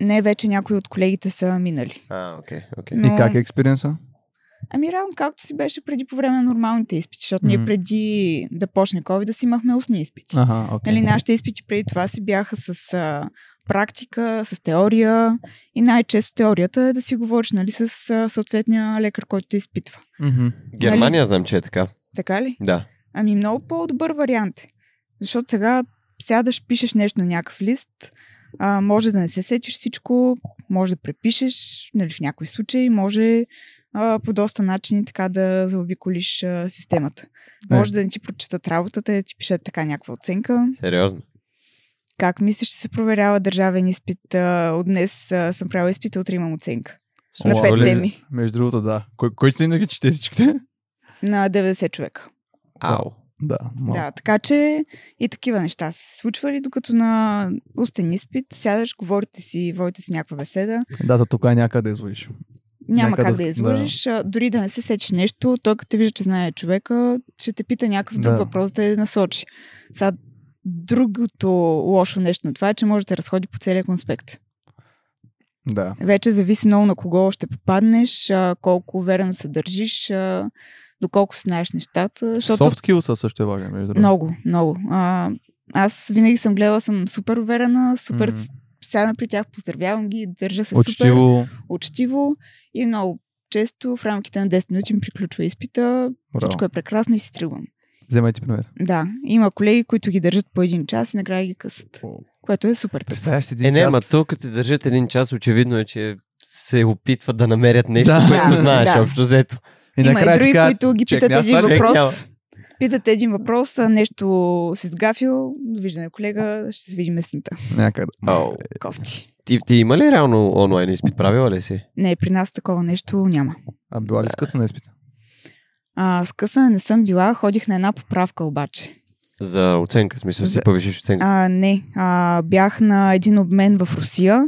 Speaker 4: не, вече някои от колегите са минали.
Speaker 3: А, окей, окей.
Speaker 4: Но...
Speaker 2: И как е експириенса?
Speaker 4: Ами реално както си беше преди по време на нормалните изпити, защото ние
Speaker 2: Мгм.
Speaker 4: преди да почне COVID да си имахме устни изпити.
Speaker 2: Аха, окей.
Speaker 4: Нали, нашите изпити преди това си бяха с а, практика, с теория и най-често теорията е да си говориш нали, с а, съответния лекар, който те изпитва.
Speaker 2: Мгм.
Speaker 3: Германия знам, че е така.
Speaker 4: Така ли?
Speaker 3: Да.
Speaker 4: Ами много по-добър вариант е. Защото сега сядаш, пишеш нещо на някакъв лист, а, може да не се сетиш всичко, може да препишеш, нали, в някои случаи, може а, по доста начини така да заобиколиш а, системата.
Speaker 2: Е.
Speaker 4: Може да не ти прочитат работата, да ти пишат така някаква оценка.
Speaker 3: Сериозно.
Speaker 4: Как мислиш, че се проверява държавен изпит? А, от днес а, съм правила изпита, утре имам оценка.
Speaker 2: О,
Speaker 4: на пет
Speaker 2: оле.
Speaker 4: теми.
Speaker 2: Между другото, да. Кой, кой си винаги чете всичките?
Speaker 4: На 90 човека.
Speaker 3: Ау.
Speaker 2: Да, малко.
Speaker 4: Да, така че и такива неща са се случвали, докато на устен изпит сядаш, говорите си, водите си някаква беседа.
Speaker 2: Да, то тук е някъде излиш.
Speaker 4: Няма
Speaker 2: Някъде
Speaker 4: как
Speaker 2: с-
Speaker 4: да
Speaker 2: да.
Speaker 4: изложиш, да. дори да не се сечеш нещо, той като те вижда, че знае човека, ще те пита някакъв друг
Speaker 2: Да.
Speaker 4: въпрос да те насочи. Сега, другото лошо нещо на това е, че може да те разходи по целия конспект.
Speaker 2: Да.
Speaker 4: Вече зависи много на кого ще попаднеш, а, колко уверено се държиш, а, доколко си знаеш нещата, защото
Speaker 2: Soft skills са също е важен, между другото.
Speaker 4: Много, много. А, аз винаги съм гледала, съм супер уверена, супер
Speaker 2: Мгм.
Speaker 4: mm-hmm. сяда при тях, поздравявам ги, държа се супер
Speaker 2: Учтиво.
Speaker 4: учтиво и много често в рамките на 10 минути ми приключва изпита,
Speaker 2: Браво.
Speaker 4: всичко е прекрасно и си тръгвам.
Speaker 2: Вземайте пример.
Speaker 4: Да, има колеги, които ги държат по един час и накрая ги късат,
Speaker 2: О.
Speaker 4: което е супер.
Speaker 2: Представяш си един
Speaker 3: Е, не,
Speaker 2: час.
Speaker 3: ама то като те държат един час, очевидно е, че се опитват да намерят нещо,
Speaker 2: Да.
Speaker 3: което
Speaker 4: Да,
Speaker 3: знаеш
Speaker 4: да.
Speaker 3: общо взето.
Speaker 2: И
Speaker 4: Има и
Speaker 2: накрая ти
Speaker 4: други,
Speaker 2: кажат,
Speaker 4: които ги
Speaker 2: чек,
Speaker 4: питат
Speaker 2: няма
Speaker 4: един
Speaker 2: това, чек, няма.
Speaker 4: въпрос. Питат един въпрос, а нещо си сгафил, довиждане колега, ще се видим есента.
Speaker 2: Някъде.
Speaker 3: Ау.
Speaker 4: Кофти.
Speaker 3: Ти, ти има ли реално онлайн изпит? Правила ли си?
Speaker 4: Не, при нас такова нещо няма.
Speaker 2: А била ли скъсана изпита?
Speaker 4: А, скъсана не съм била, ходих на една поправка обаче.
Speaker 3: За оценка, в смисъл си
Speaker 4: За-
Speaker 3: повишиш оценка.
Speaker 4: А, не, а, бях на един обмен в Русия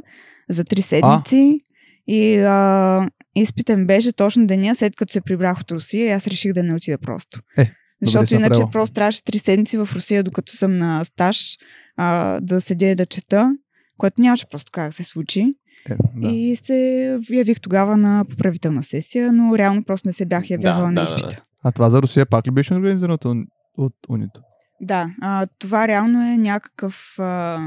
Speaker 4: за три седмици и а, изпитен беше точно деня след като се прибрах от Русия и аз реших да не отида просто.
Speaker 2: Е, добре
Speaker 4: Защото
Speaker 2: си
Speaker 4: иначе
Speaker 2: направила.
Speaker 4: просто трябваше три седмици в Русия, докато съм на стаж, а, да седя и да чета, което нямаше просто как да се случи.
Speaker 2: Е,
Speaker 4: Да.
Speaker 2: да.
Speaker 4: И се явих тогава на поправителна сесия, но реално просто не се бях явявала
Speaker 3: Да,
Speaker 4: на
Speaker 3: да, да,
Speaker 4: изпита.
Speaker 3: да.
Speaker 2: А това за Русия пак ли беше организирано от, Уни- от Унито?
Speaker 4: Да, а, това реално е някакъв а,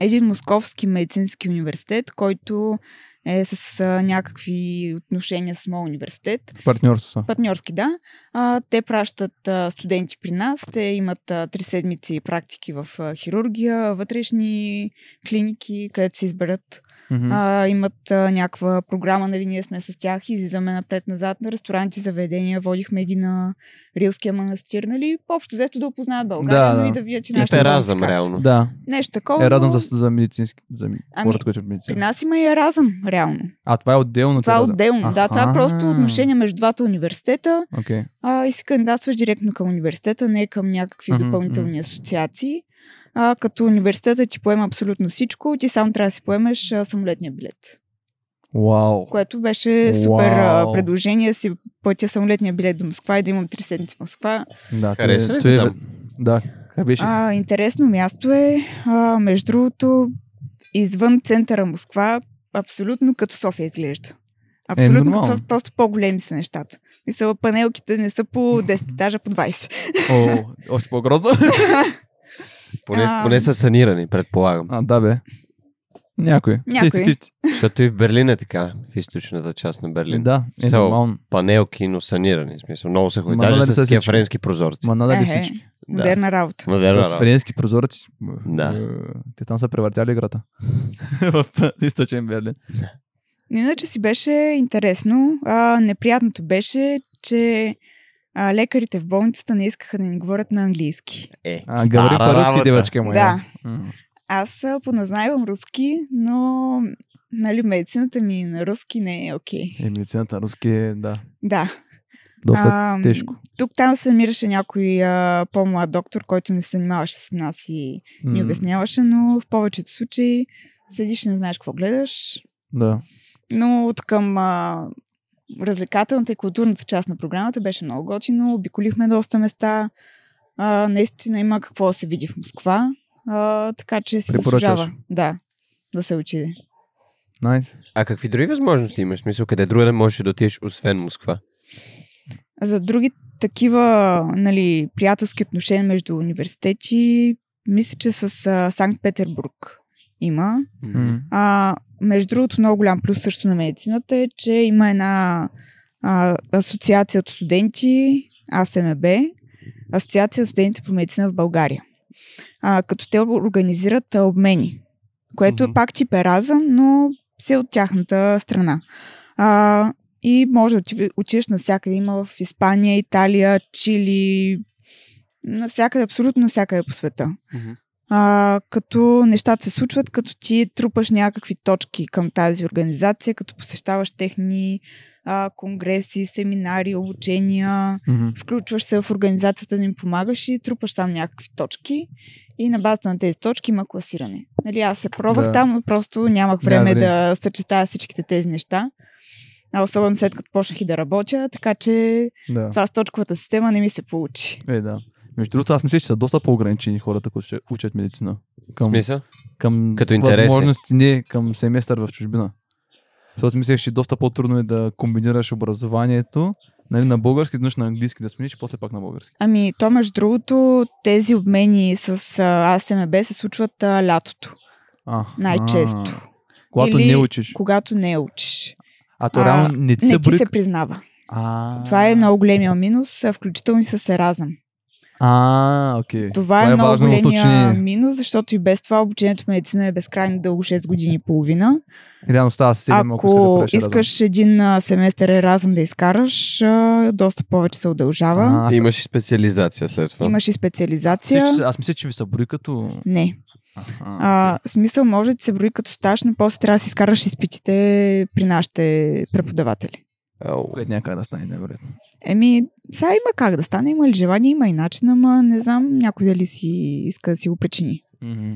Speaker 4: един московски медицински университет, който е с а, някакви отношения с моят университет.
Speaker 2: Партньорство са.
Speaker 4: Партньорски, да. А, те пращат а, студенти при нас. Те имат а, три седмици практики в а, хирургия, вътрешни клиники, където се изберат.
Speaker 2: Мгм.
Speaker 4: А, имат а, някаква програма, нали ние сме с тях, излизаме напред-назад на ресторанти, заведения, водихме ги на Рилския манастир, нали, общо взето да опознаят България,
Speaker 2: Да,
Speaker 4: да,
Speaker 2: да.
Speaker 4: нали, да видят, че
Speaker 3: Тип
Speaker 4: нашите
Speaker 3: е
Speaker 4: българи
Speaker 3: разъм,
Speaker 4: как са.
Speaker 3: реално.
Speaker 2: Да.
Speaker 4: Нещо такова,
Speaker 2: Е, радвам
Speaker 4: но
Speaker 2: за, за медицински, за
Speaker 4: Ами,
Speaker 2: хората, които е
Speaker 4: при
Speaker 2: медицина.
Speaker 4: нас има и разъм, реално.
Speaker 2: А, това е отделно.
Speaker 4: Това е
Speaker 2: трябва да-
Speaker 4: отделно, да, това е
Speaker 2: Аха.
Speaker 4: просто отношение между двата университета
Speaker 2: Окей.
Speaker 4: а, и се кандидатстваш директно към университета, не към някакви
Speaker 2: Мгм,
Speaker 4: допълнителни асоциации. А, като университета ти поема абсолютно всичко, ти само трябва да си поемеш а, самолетния билет.
Speaker 2: Вау.
Speaker 4: което беше супер а,
Speaker 2: Уау.
Speaker 4: предложение да си платя самолетния билет до Москва и да имам три седмици в Москва.
Speaker 2: Да, той е-
Speaker 3: Хареса ли
Speaker 2: той
Speaker 3: ти
Speaker 2: е-
Speaker 3: там?
Speaker 2: Да, как беше?
Speaker 4: А, интересно място е, а, между другото, извън центъра Москва, абсолютно като София изглежда. Абсолютно като
Speaker 2: Е, нормално.
Speaker 4: София, просто по-големи са нещата. Мисля, панелките не са по 10 етажа, по 20.
Speaker 2: О, още по-грозно.
Speaker 3: Поне,
Speaker 4: а-
Speaker 3: поне са санирани, предполагам.
Speaker 2: А, да бе. Някой.
Speaker 4: Някой.
Speaker 2: 50-50.
Speaker 3: Защото и в Берлин е така, в източната част на Берлин. Да.
Speaker 2: Да, е
Speaker 3: Село.
Speaker 2: нормално.
Speaker 3: Панелки, но санирани. В смисъл, много са хубави.
Speaker 2: Ма,
Speaker 3: Даже
Speaker 2: нали
Speaker 3: с
Speaker 2: са
Speaker 3: такива
Speaker 2: всички?
Speaker 3: френски прозорци.
Speaker 2: Ма надали
Speaker 4: Ехе.
Speaker 2: всички.
Speaker 4: Модерна работа.
Speaker 3: Модерна
Speaker 2: С
Speaker 3: работа.
Speaker 2: френски прозорци.
Speaker 3: Да.
Speaker 2: Е, Те там са превъртяли играта. в източен Берлин.
Speaker 4: Но иначе си беше интересно. А, неприятното беше, че а, лекарите в болницата не искаха да ни говорят на английски.
Speaker 3: Е,
Speaker 2: А, говори
Speaker 3: стара
Speaker 2: по-руски
Speaker 3: работа.
Speaker 2: девачка моя.
Speaker 4: Да.
Speaker 2: М.
Speaker 4: Аз а, подназнайвам руски, но нали, медицината ми на руски не е окей. Okay.
Speaker 2: Е, медицината на руски е, да.
Speaker 4: Да.
Speaker 2: Доста
Speaker 4: Ам,
Speaker 2: тежко.
Speaker 4: Тук там се намираше някой а, по-млад доктор, който не се занимаваше с нас и ни
Speaker 2: М,
Speaker 4: обясняваше, но в повечето случаи седиш и не знаеш какво гледаш.
Speaker 2: Да.
Speaker 4: Но от към а, развлекателната и културната част на програмата беше много готино. Обиколихме доста места. А, наистина има какво да се види в Москва. А, така че се
Speaker 2: Препоръчваш?
Speaker 4: заслужава да, да се отиде.
Speaker 2: Найс.
Speaker 3: А какви други възможности имаш? Смисъл, къде друга да можеш да отидеш, освен Москва?
Speaker 4: За други такива нали, приятелски отношения между университети, мисля, че с а, Санкт-Петербург има.
Speaker 2: М.
Speaker 4: А, между другото, много голям плюс също на медицината е, че има една а, асоциация от студенти, АСМБ, Асоциация на студентите по медицина в България. А, като те организират а, обмени, което
Speaker 3: Мгм.
Speaker 4: е пак тип еразъм, но си от тяхната страна. А, и може да отиви- отидеш навсякъде. Има в Испания, Италия, Чили, навсякъде, абсолютно навсякъде по света. А, като нещата се случват, като ти трупаш някакви точки към тази организация, като посещаваш техни а, конгреси, семинари, обучения,
Speaker 2: Мгм.
Speaker 4: включваш се в организацията да им помагаш и трупаш там някакви точки. И на базата на тези точки има класиране. Нали, аз се пробвах
Speaker 2: Да.
Speaker 4: да. там, но просто нямах
Speaker 2: Да,
Speaker 4: време
Speaker 2: добре.
Speaker 4: да съчетая всичките тези неща. А особено след като почнах и да работя, така че
Speaker 2: Да.
Speaker 4: това с точковата система не ми се получи.
Speaker 2: Е, да. Между другото, аз мисля, че са доста по-ограничени хората, които ще учат медицина.
Speaker 3: В
Speaker 2: Към,
Speaker 3: смисъл?
Speaker 2: към
Speaker 3: Като интерес е.
Speaker 2: възможности, не към семестър в чужбина. Защото мислех, че доста по-трудно е да комбинираш образованието нали, на български, веднъж на английски да смениш, после пак на български.
Speaker 4: Ами, то между другото, тези обмени с а, АСМБ се случват а, лятото,
Speaker 2: А,
Speaker 4: Най-често.
Speaker 2: а. Когато
Speaker 4: Или-
Speaker 2: не учиш.
Speaker 4: когато не учиш.
Speaker 2: А то
Speaker 4: а,
Speaker 2: реално не ти
Speaker 4: Не
Speaker 2: се
Speaker 4: ти
Speaker 2: брои.
Speaker 4: се признава.
Speaker 2: А,
Speaker 4: Това е много големия минус, а, включително и с еразъм.
Speaker 2: А, окей.
Speaker 4: Това е много
Speaker 2: важно да
Speaker 4: големия
Speaker 2: уточни.
Speaker 4: минус, защото и без това обучението в медицина е безкрайно дълго 6 години и половина.
Speaker 2: Реално става 7,
Speaker 4: Ако
Speaker 2: да правиш разъм.
Speaker 4: искаш един а, семестър еразъм да изкараш, а, доста повече се удължава.
Speaker 2: А, аз,
Speaker 3: Имаш и специализация след това.
Speaker 4: Имаш и
Speaker 2: мисля,
Speaker 4: специализация.
Speaker 2: че, аз мисля, че ви са брои като...
Speaker 4: Не, А, в смисъл може да се брои като стаж, но после трябва да си изкараш изпитите при нашите преподаватели.
Speaker 3: Ау.
Speaker 2: Което Е, някак да стане невероятно.
Speaker 4: Еми, сега има как да стане, има ли желание, има и начин, ама не знам някой дали си иска да си го причини.
Speaker 2: Мгм.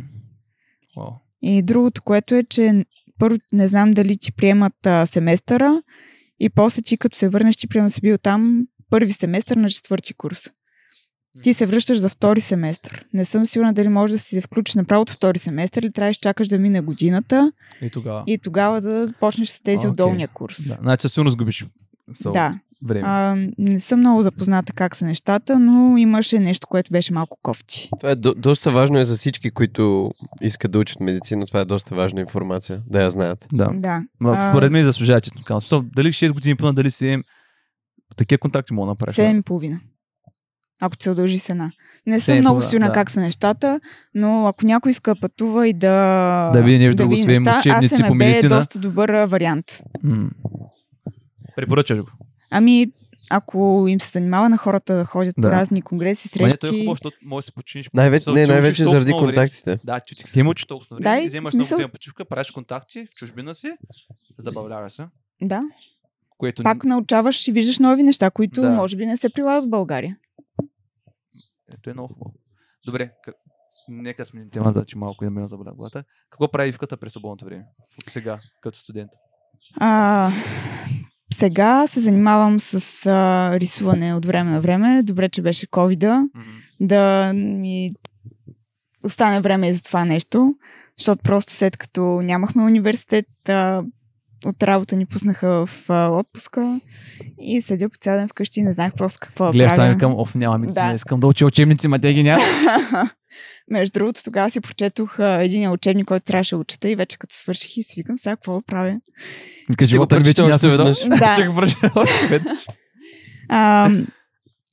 Speaker 2: Вау.
Speaker 4: И другото, което е, че първо не знам дали ти приемат а, семестъра и после ти като се върнеш, ти приема си бил там първи семестър на четвърти курс. Ти се връщаш за втори семестър. Не съм сигурна дали можеш да си включиш направо от втори семестър или трябваш да чакаш да мине годината
Speaker 2: И тогава.
Speaker 4: и тогава да почнеш с тези okay.
Speaker 2: Окей.
Speaker 4: от долния курс.
Speaker 2: Да. е. Значи със сигурност губиш сол,
Speaker 4: да.
Speaker 2: време.
Speaker 4: А, не съм много запозната как са нещата, но имаше нещо, което беше малко кофти.
Speaker 3: Това е до, доста важно е за всички, които искат да учат медицина. Това е доста важна информация, да я знаят.
Speaker 2: да.
Speaker 4: Да.
Speaker 2: Ма,
Speaker 4: а-
Speaker 2: според мен заслужава, честно казвам. В смисъл, Дали 6 години пълна, дали 7, такива контакти мога да направиш.
Speaker 4: Седем и половина. Ако се удължи с една. Не съм
Speaker 2: Седем и
Speaker 4: много
Speaker 2: половина,
Speaker 4: сигурна
Speaker 2: да.
Speaker 4: как са нещата, но ако някой иска да пътува и да.
Speaker 2: Да види нещо друго, освен
Speaker 4: неща,
Speaker 2: учебници по
Speaker 4: АСМБ е
Speaker 2: медицина.
Speaker 4: доста добър а, вариант.
Speaker 2: М. Препоръчаш го.
Speaker 4: Ами, ако им се занимава на хората да ходят
Speaker 2: Да.
Speaker 4: по разни конгреси,
Speaker 5: Ма не,
Speaker 4: срещи.
Speaker 5: той е хубаво, защото може да се починиш.
Speaker 3: Най-вече,
Speaker 5: Мисъл,
Speaker 3: не,
Speaker 5: че
Speaker 3: най-вече
Speaker 5: учиш
Speaker 3: заради
Speaker 5: толкова време.
Speaker 3: контактите.
Speaker 5: Да, ти ти хем учиш толкова
Speaker 4: Да,
Speaker 2: време.
Speaker 5: време, да,
Speaker 4: и
Speaker 5: нали? вземаш
Speaker 4: в смисъл-
Speaker 5: много тема почивка, правиш контакти в чужбина си, забавляваш се.
Speaker 4: Да.
Speaker 5: Което
Speaker 4: Пак научаваш и виждаш нови неща, които
Speaker 5: Да.
Speaker 4: може би не се прилагат в България.
Speaker 5: Ето е много хубаво. Добре, к... нека сменим темата, че малко да ме заболя главата. Какво прави Ивката през свободното време? От Сега, като студент.
Speaker 4: А, сега се занимавам с а, рисуване от време на време. Добре, че беше covid
Speaker 5: Мгм.
Speaker 4: да ми остане време и за това нещо, защото просто след като нямахме университет, а, от работа ни пуснаха в а, отпуска и седя по цял ден вкъщи и не знаех просто какво
Speaker 6: Гледаш
Speaker 4: правя.
Speaker 6: там към, оф, няма медицина,
Speaker 4: Да.
Speaker 6: искам да уча учебници, ма те ги няма.
Speaker 4: Между другото, тогава си прочетох а, един учебник, който трябваше да учета и вече като свърших и си викам сега какво правя.
Speaker 6: Вика, живота ми вече
Speaker 3: прочета
Speaker 6: няма
Speaker 3: още
Speaker 6: смисъл.
Speaker 3: веднъж.
Speaker 4: Да.
Speaker 6: Ще го прочета още веднъж.
Speaker 4: А,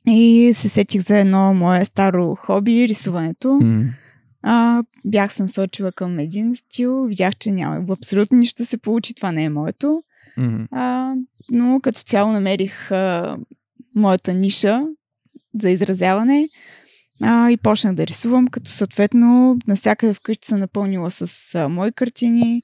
Speaker 4: и се сетих за едно мое старо хоби, рисуването.
Speaker 6: М.
Speaker 4: А, бях се насочила към един стил, видях, че няма абсолютно нищо да се получи, това не е моето.
Speaker 6: М.
Speaker 4: А, но като цяло намерих а, моята ниша за изразяване а, и почнах да рисувам, като съответно навсякъде вкъщи съм напълнила с а, мои картини,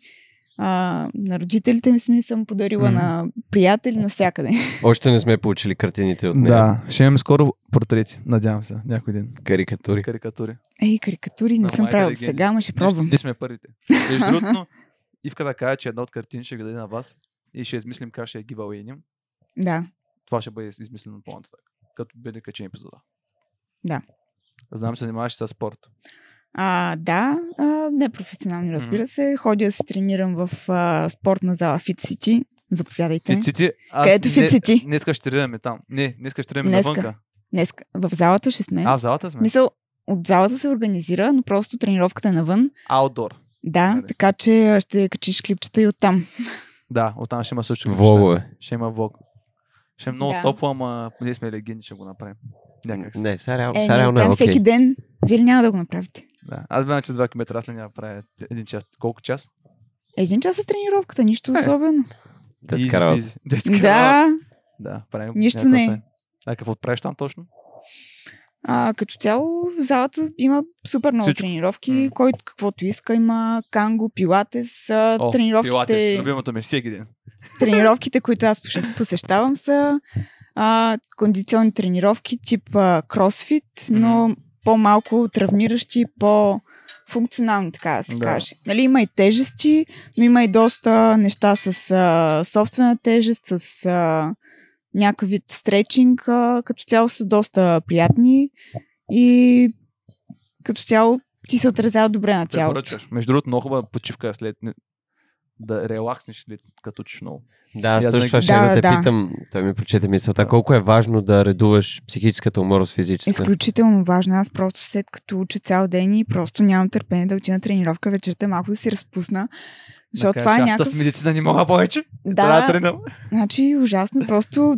Speaker 4: а, на родителите ми сме съм подарила,
Speaker 6: Мгм.
Speaker 4: на приятели, навсякъде.
Speaker 3: Още не сме получили картините от нея.
Speaker 6: Да, ще имаме скоро портрети, надявам се, някой ден.
Speaker 3: Карикатури.
Speaker 6: Карикатури.
Speaker 4: Ей, карикатури не
Speaker 2: На
Speaker 4: съм
Speaker 2: майка
Speaker 4: правила
Speaker 2: да ги-
Speaker 4: сега, ама ще пробвам.
Speaker 2: Ние сме първите. Между другото, но Ивка да кажа, че една от картини ще ви даде на вас и ще измислим как ще я гивалейним.
Speaker 4: Да,
Speaker 2: Това ще бъде измислено по-нататък. Като бъде качен епизода.
Speaker 4: Да.
Speaker 2: Знам, се занимаваш с спорт.
Speaker 4: А, да, а, не професионално, разбира се. Ходя да се тренирам в а, спортна зала Fit City. Заповядайте.
Speaker 2: Fit City. Аз
Speaker 4: Е. Където Fit
Speaker 2: не-
Speaker 4: City?
Speaker 2: Днеска ще тренираме там. Не, днеска ще тренираме
Speaker 4: Днеска. Е.
Speaker 2: навънка.
Speaker 4: Днес в залата ще сме.
Speaker 2: А, в залата сме.
Speaker 4: Мисъл, от залата се организира, но просто тренировката е навън.
Speaker 2: Outdoor.
Speaker 4: Да,
Speaker 2: Добре.
Speaker 4: така че а, ще качиш клипчета и оттам.
Speaker 2: Да, оттам ще има също.
Speaker 3: Влогове.
Speaker 2: Ще има влог. Ще е много
Speaker 4: Да.
Speaker 2: топло, ама ние сме легенди, ще го направим. Някак си.
Speaker 3: Не, сега реално
Speaker 4: Е,
Speaker 3: сега
Speaker 4: ние го
Speaker 3: реално е
Speaker 4: правим всеки
Speaker 3: окей.
Speaker 4: ден. Вие ли няма да го направите?
Speaker 2: Да. Аз знам, че 2 км аз не няма да правя един час. Колко час?
Speaker 4: Един час е тренировката, нищо особено.
Speaker 3: That's
Speaker 2: Easy
Speaker 3: карават.
Speaker 2: peasy. That's карават.
Speaker 4: да,
Speaker 2: Да, правим.
Speaker 4: Нищо
Speaker 2: някаква
Speaker 4: не е.
Speaker 2: тая. А какво правиш там точно?
Speaker 4: а, като цяло в залата има супер много
Speaker 2: Всичко.
Speaker 4: тренировки,
Speaker 2: М.
Speaker 4: който каквото иска има канго, пилатес, а,
Speaker 2: О,
Speaker 4: Е, тренировките.
Speaker 2: Пилатес, любимото ми е всеки ден.
Speaker 4: тренировките, които аз поше- посещавам са а, кондиционни тренировки тип а, кросфит, но по-малко травмиращи, по функционални, така да се
Speaker 2: Да.
Speaker 4: каже. Нали, има и тежести, но има и доста неща с а, собствена тежест, с а, някакъв вид стречинг. А, като цяло са доста приятни и като цяло ти се отразява добре на тялото.
Speaker 2: Препоръчваш. Между другото, много хубава почивка е след да релакснеш след като учиш много.
Speaker 3: Да, аз
Speaker 2: Я
Speaker 3: точно
Speaker 2: да
Speaker 3: това
Speaker 2: ги-
Speaker 3: ще да,
Speaker 4: Да,
Speaker 3: да те
Speaker 4: да.
Speaker 3: питам. Той ми прочете мисълта.
Speaker 2: Да.
Speaker 3: Колко е важно да редуваш психическата умора с физическа?
Speaker 4: Изключително важно. Аз просто след като уча цял ден и просто нямам търпение да отида на тренировка вечерта, малко да си разпусна. Защото
Speaker 2: Да
Speaker 4: това е
Speaker 2: кажеш,
Speaker 4: някакъв...
Speaker 2: Аз с медицина не мога повече. Трябва да
Speaker 4: Да,
Speaker 2: тренирам.
Speaker 4: значи ужасно. Просто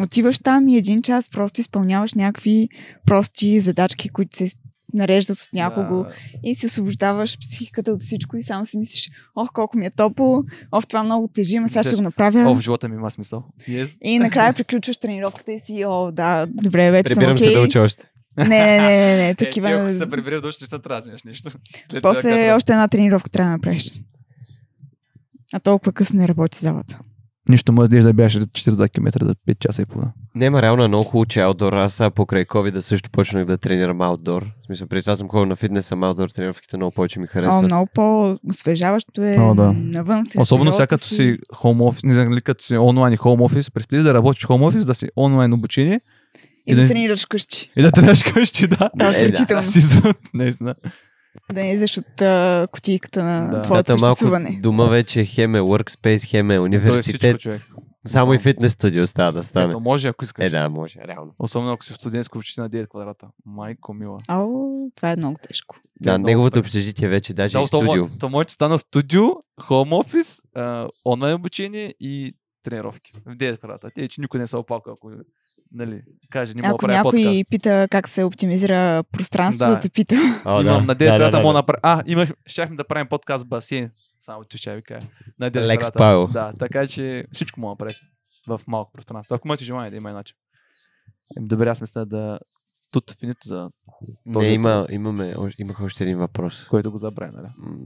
Speaker 4: отиваш там и един час просто изпълняваш някакви прости задачки, които се нареждат от някого
Speaker 2: Да.
Speaker 4: и се освобождаваш психиката от всичко и само си мислиш, ох, колко ми е топло, ох, това много тежи, ама сега ще го
Speaker 2: О,
Speaker 4: направя.
Speaker 2: в живота ми има смисъл. Yes.
Speaker 4: И накрая приключваш тренировката и си, о, да, добре, вече съм
Speaker 3: Прибирам се
Speaker 4: окей.
Speaker 3: да уча още.
Speaker 4: Не, не, не, не, не,
Speaker 2: Такива... Е, ти, ако
Speaker 4: такива...
Speaker 2: се прибереш души, ще се тразнеш нещо. След
Speaker 4: После
Speaker 2: това, като-
Speaker 4: още една тренировка трябва да направиш. А толкова късно не работи залата.
Speaker 6: Нищо може да еш да бяш 40 км за 5 часа и половина.
Speaker 3: Нема реално е много хубаво, че аутдор. Аз сега покрай COVID да също почнах да тренирам аутдор. В смисъл, при това съм ходил на фитнес, ама аутдор тренировките много повече ми
Speaker 4: О,
Speaker 3: харесват.
Speaker 4: е много по-освежаващо е
Speaker 6: О, да.
Speaker 4: навън. сред
Speaker 6: Особено
Speaker 4: природата
Speaker 6: сега като си home office, не знам, нали, като си онлайн и home office, представи да работиш home office, да си онлайн обучение
Speaker 4: И да
Speaker 6: да-
Speaker 4: тренираш
Speaker 2: Е,
Speaker 4: вкъщи.
Speaker 6: и да трябваш къщи, да.
Speaker 4: Да,
Speaker 3: Е,
Speaker 4: отвратително.
Speaker 6: Си за- не знам.
Speaker 4: Да не излезеш от а, кутийката на
Speaker 2: Да.
Speaker 4: твоето
Speaker 3: Тата малко
Speaker 4: съществуване.
Speaker 3: дома вече хем е workspace, хем е
Speaker 2: Той е всичко,
Speaker 3: университет.
Speaker 2: човек.
Speaker 3: Само и фитнес студио става да стане.
Speaker 2: Ето, може, ако искаш.
Speaker 3: Е, да, може, реално.
Speaker 2: Особено ако си в студентско община 9 квадрата. Майко мила.
Speaker 4: Ау, това е много тежко.
Speaker 3: Да,
Speaker 2: Е, много
Speaker 3: неговото
Speaker 2: факт.
Speaker 3: общежитие вече даже
Speaker 2: Да,
Speaker 3: и
Speaker 2: то,
Speaker 3: студио.
Speaker 2: мо- то може да стана студио, хоум офис, а, онлайн обучение и тренировки. В 9 квадрата. Те, че никой не се опалка, ако нали, каже, не мога да
Speaker 4: Ако
Speaker 2: правя
Speaker 4: някой
Speaker 2: подкаст.
Speaker 4: пита как се оптимизира пространство,
Speaker 2: Да.
Speaker 4: да, те пита.
Speaker 3: О,
Speaker 2: Имам на 9 квадрата,
Speaker 3: да, да,
Speaker 2: мога да
Speaker 3: да.
Speaker 2: направя. А, имах, щяхме да правим подкаст в басейн. Само ти ще ви кажа. На 9
Speaker 3: Lex
Speaker 2: квадрата.
Speaker 3: Pile.
Speaker 2: Да, така че всичко мога да правиш в малко пространство. Ако имате желание да има иначе. Ем, Добре, аз мисля да тут финито за
Speaker 3: Не,
Speaker 2: този
Speaker 3: има, имаме, още- имах още един въпрос.
Speaker 2: който го забравя, нали?
Speaker 3: М,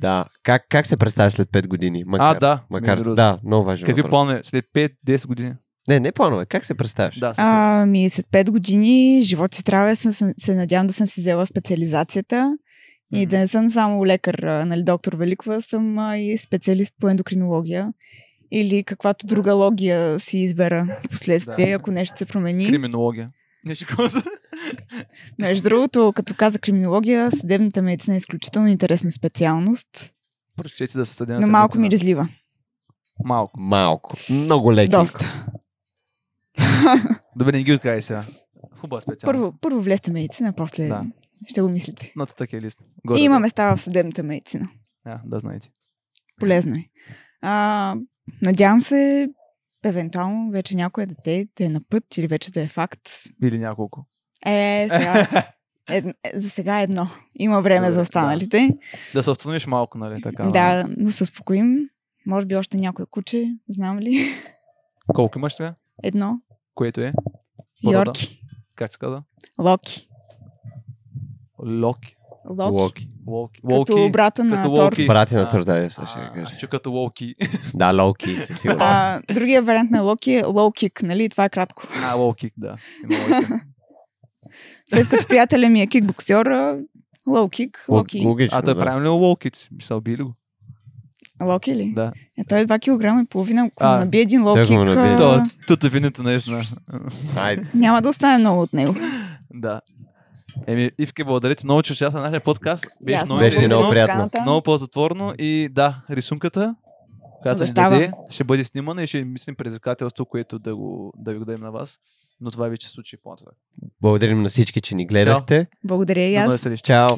Speaker 3: Да. Как, как се представяш след 5 години? Макар,
Speaker 2: а, да.
Speaker 3: Макар,
Speaker 2: между другото.
Speaker 3: да, много важен
Speaker 2: Какви
Speaker 3: въпрос.
Speaker 2: планове? След 5-10 години?
Speaker 3: Не, не планове. Как се представяш?
Speaker 2: Да, след пет.
Speaker 4: Ами, след 5 години живот и здраве съм, съм- се надявам да съм си взела специализацията и
Speaker 2: Мгм.
Speaker 4: да не съм само лекар, а, нали, доктор Великова, а съм а, и специалист по ендокринология или каквато друга логия си избера в последствие,
Speaker 2: Да.
Speaker 4: ако нещо се промени.
Speaker 2: Криминология. Не ще казвам.
Speaker 4: Между другото, като каза криминология, съдебната медицина е изключително интересна специалност,
Speaker 2: Прочете да Е, се съдя.
Speaker 4: но малко миризлива.
Speaker 2: Малко.
Speaker 3: Малко. Много леки.
Speaker 4: Доста.
Speaker 2: Добре, не ги откривай сега. Хубава специалност.
Speaker 4: Първо, първо влезте медицина, после
Speaker 2: Да.
Speaker 4: ще го мислите.
Speaker 2: Нататък е лист.
Speaker 4: И има места в съдебната медицина.
Speaker 2: Да, да знаете.
Speaker 4: Полезно е. А, надявам се, евентуално вече някое дете да е на път или вече да е факт.
Speaker 2: Или няколко.
Speaker 4: Е, сега, ед, за сега е едно. Има време
Speaker 2: Добре,
Speaker 4: за останалите.
Speaker 2: Да се установиш малко, нали? Е, Така.
Speaker 4: Да,
Speaker 2: нали?
Speaker 4: да, да се спокоим. Може би още някое куче, знам ли.
Speaker 2: Колко имаш сега?
Speaker 4: Едно.
Speaker 2: Което е? Порода.
Speaker 4: Йорки.
Speaker 2: Как се казва?
Speaker 4: Локи.
Speaker 2: Локи.
Speaker 4: Локи.
Speaker 3: Локи.
Speaker 2: Локи.
Speaker 4: Като брата на
Speaker 2: като
Speaker 4: Тор.
Speaker 2: Локи.
Speaker 3: Брати е на
Speaker 2: А.
Speaker 3: Търдавия,
Speaker 2: А,
Speaker 3: сега ще кажа.
Speaker 2: Чу като Локи.
Speaker 3: Да, Локи, със сигурност.
Speaker 4: А, другия вариант на Локи е лоу кик, нали? Това е кратко.
Speaker 2: А, Локи, да. Има логика.
Speaker 4: След като приятеля ми е кикбоксер, а, лоу кик, локи.
Speaker 3: Логично,
Speaker 2: А той
Speaker 3: да.
Speaker 2: правим ли е Локи? Мисъл, били го.
Speaker 4: Локи ли?
Speaker 2: Да.
Speaker 4: Е, той е 2 кг и половина. Ако
Speaker 2: А,
Speaker 4: му набие един лоу
Speaker 3: той
Speaker 4: кик,
Speaker 3: ако му набие.
Speaker 4: а,
Speaker 2: То, е тото винето наистина.
Speaker 3: Айде.
Speaker 4: няма да остане много от него.
Speaker 2: Да. Еми, Ивке, благодаря ти много, че участва в нашия подкаст. Беше
Speaker 4: Ясно.
Speaker 2: много,
Speaker 3: Беше ни
Speaker 2: интересно,
Speaker 3: много приятно.
Speaker 4: Поканата.
Speaker 2: много по-затворно и да, рисунката, която ни
Speaker 4: Обещавам.
Speaker 2: даде, ще бъде снимана и ще мислим предизвикателство, което да, го, да ви го дадем на вас. Но това вече се случи по-нататък. е
Speaker 3: Благодарим на всички, че ни гледахте.
Speaker 4: Благодаря и
Speaker 2: До
Speaker 4: аз.
Speaker 2: нови срещи.
Speaker 3: Чао.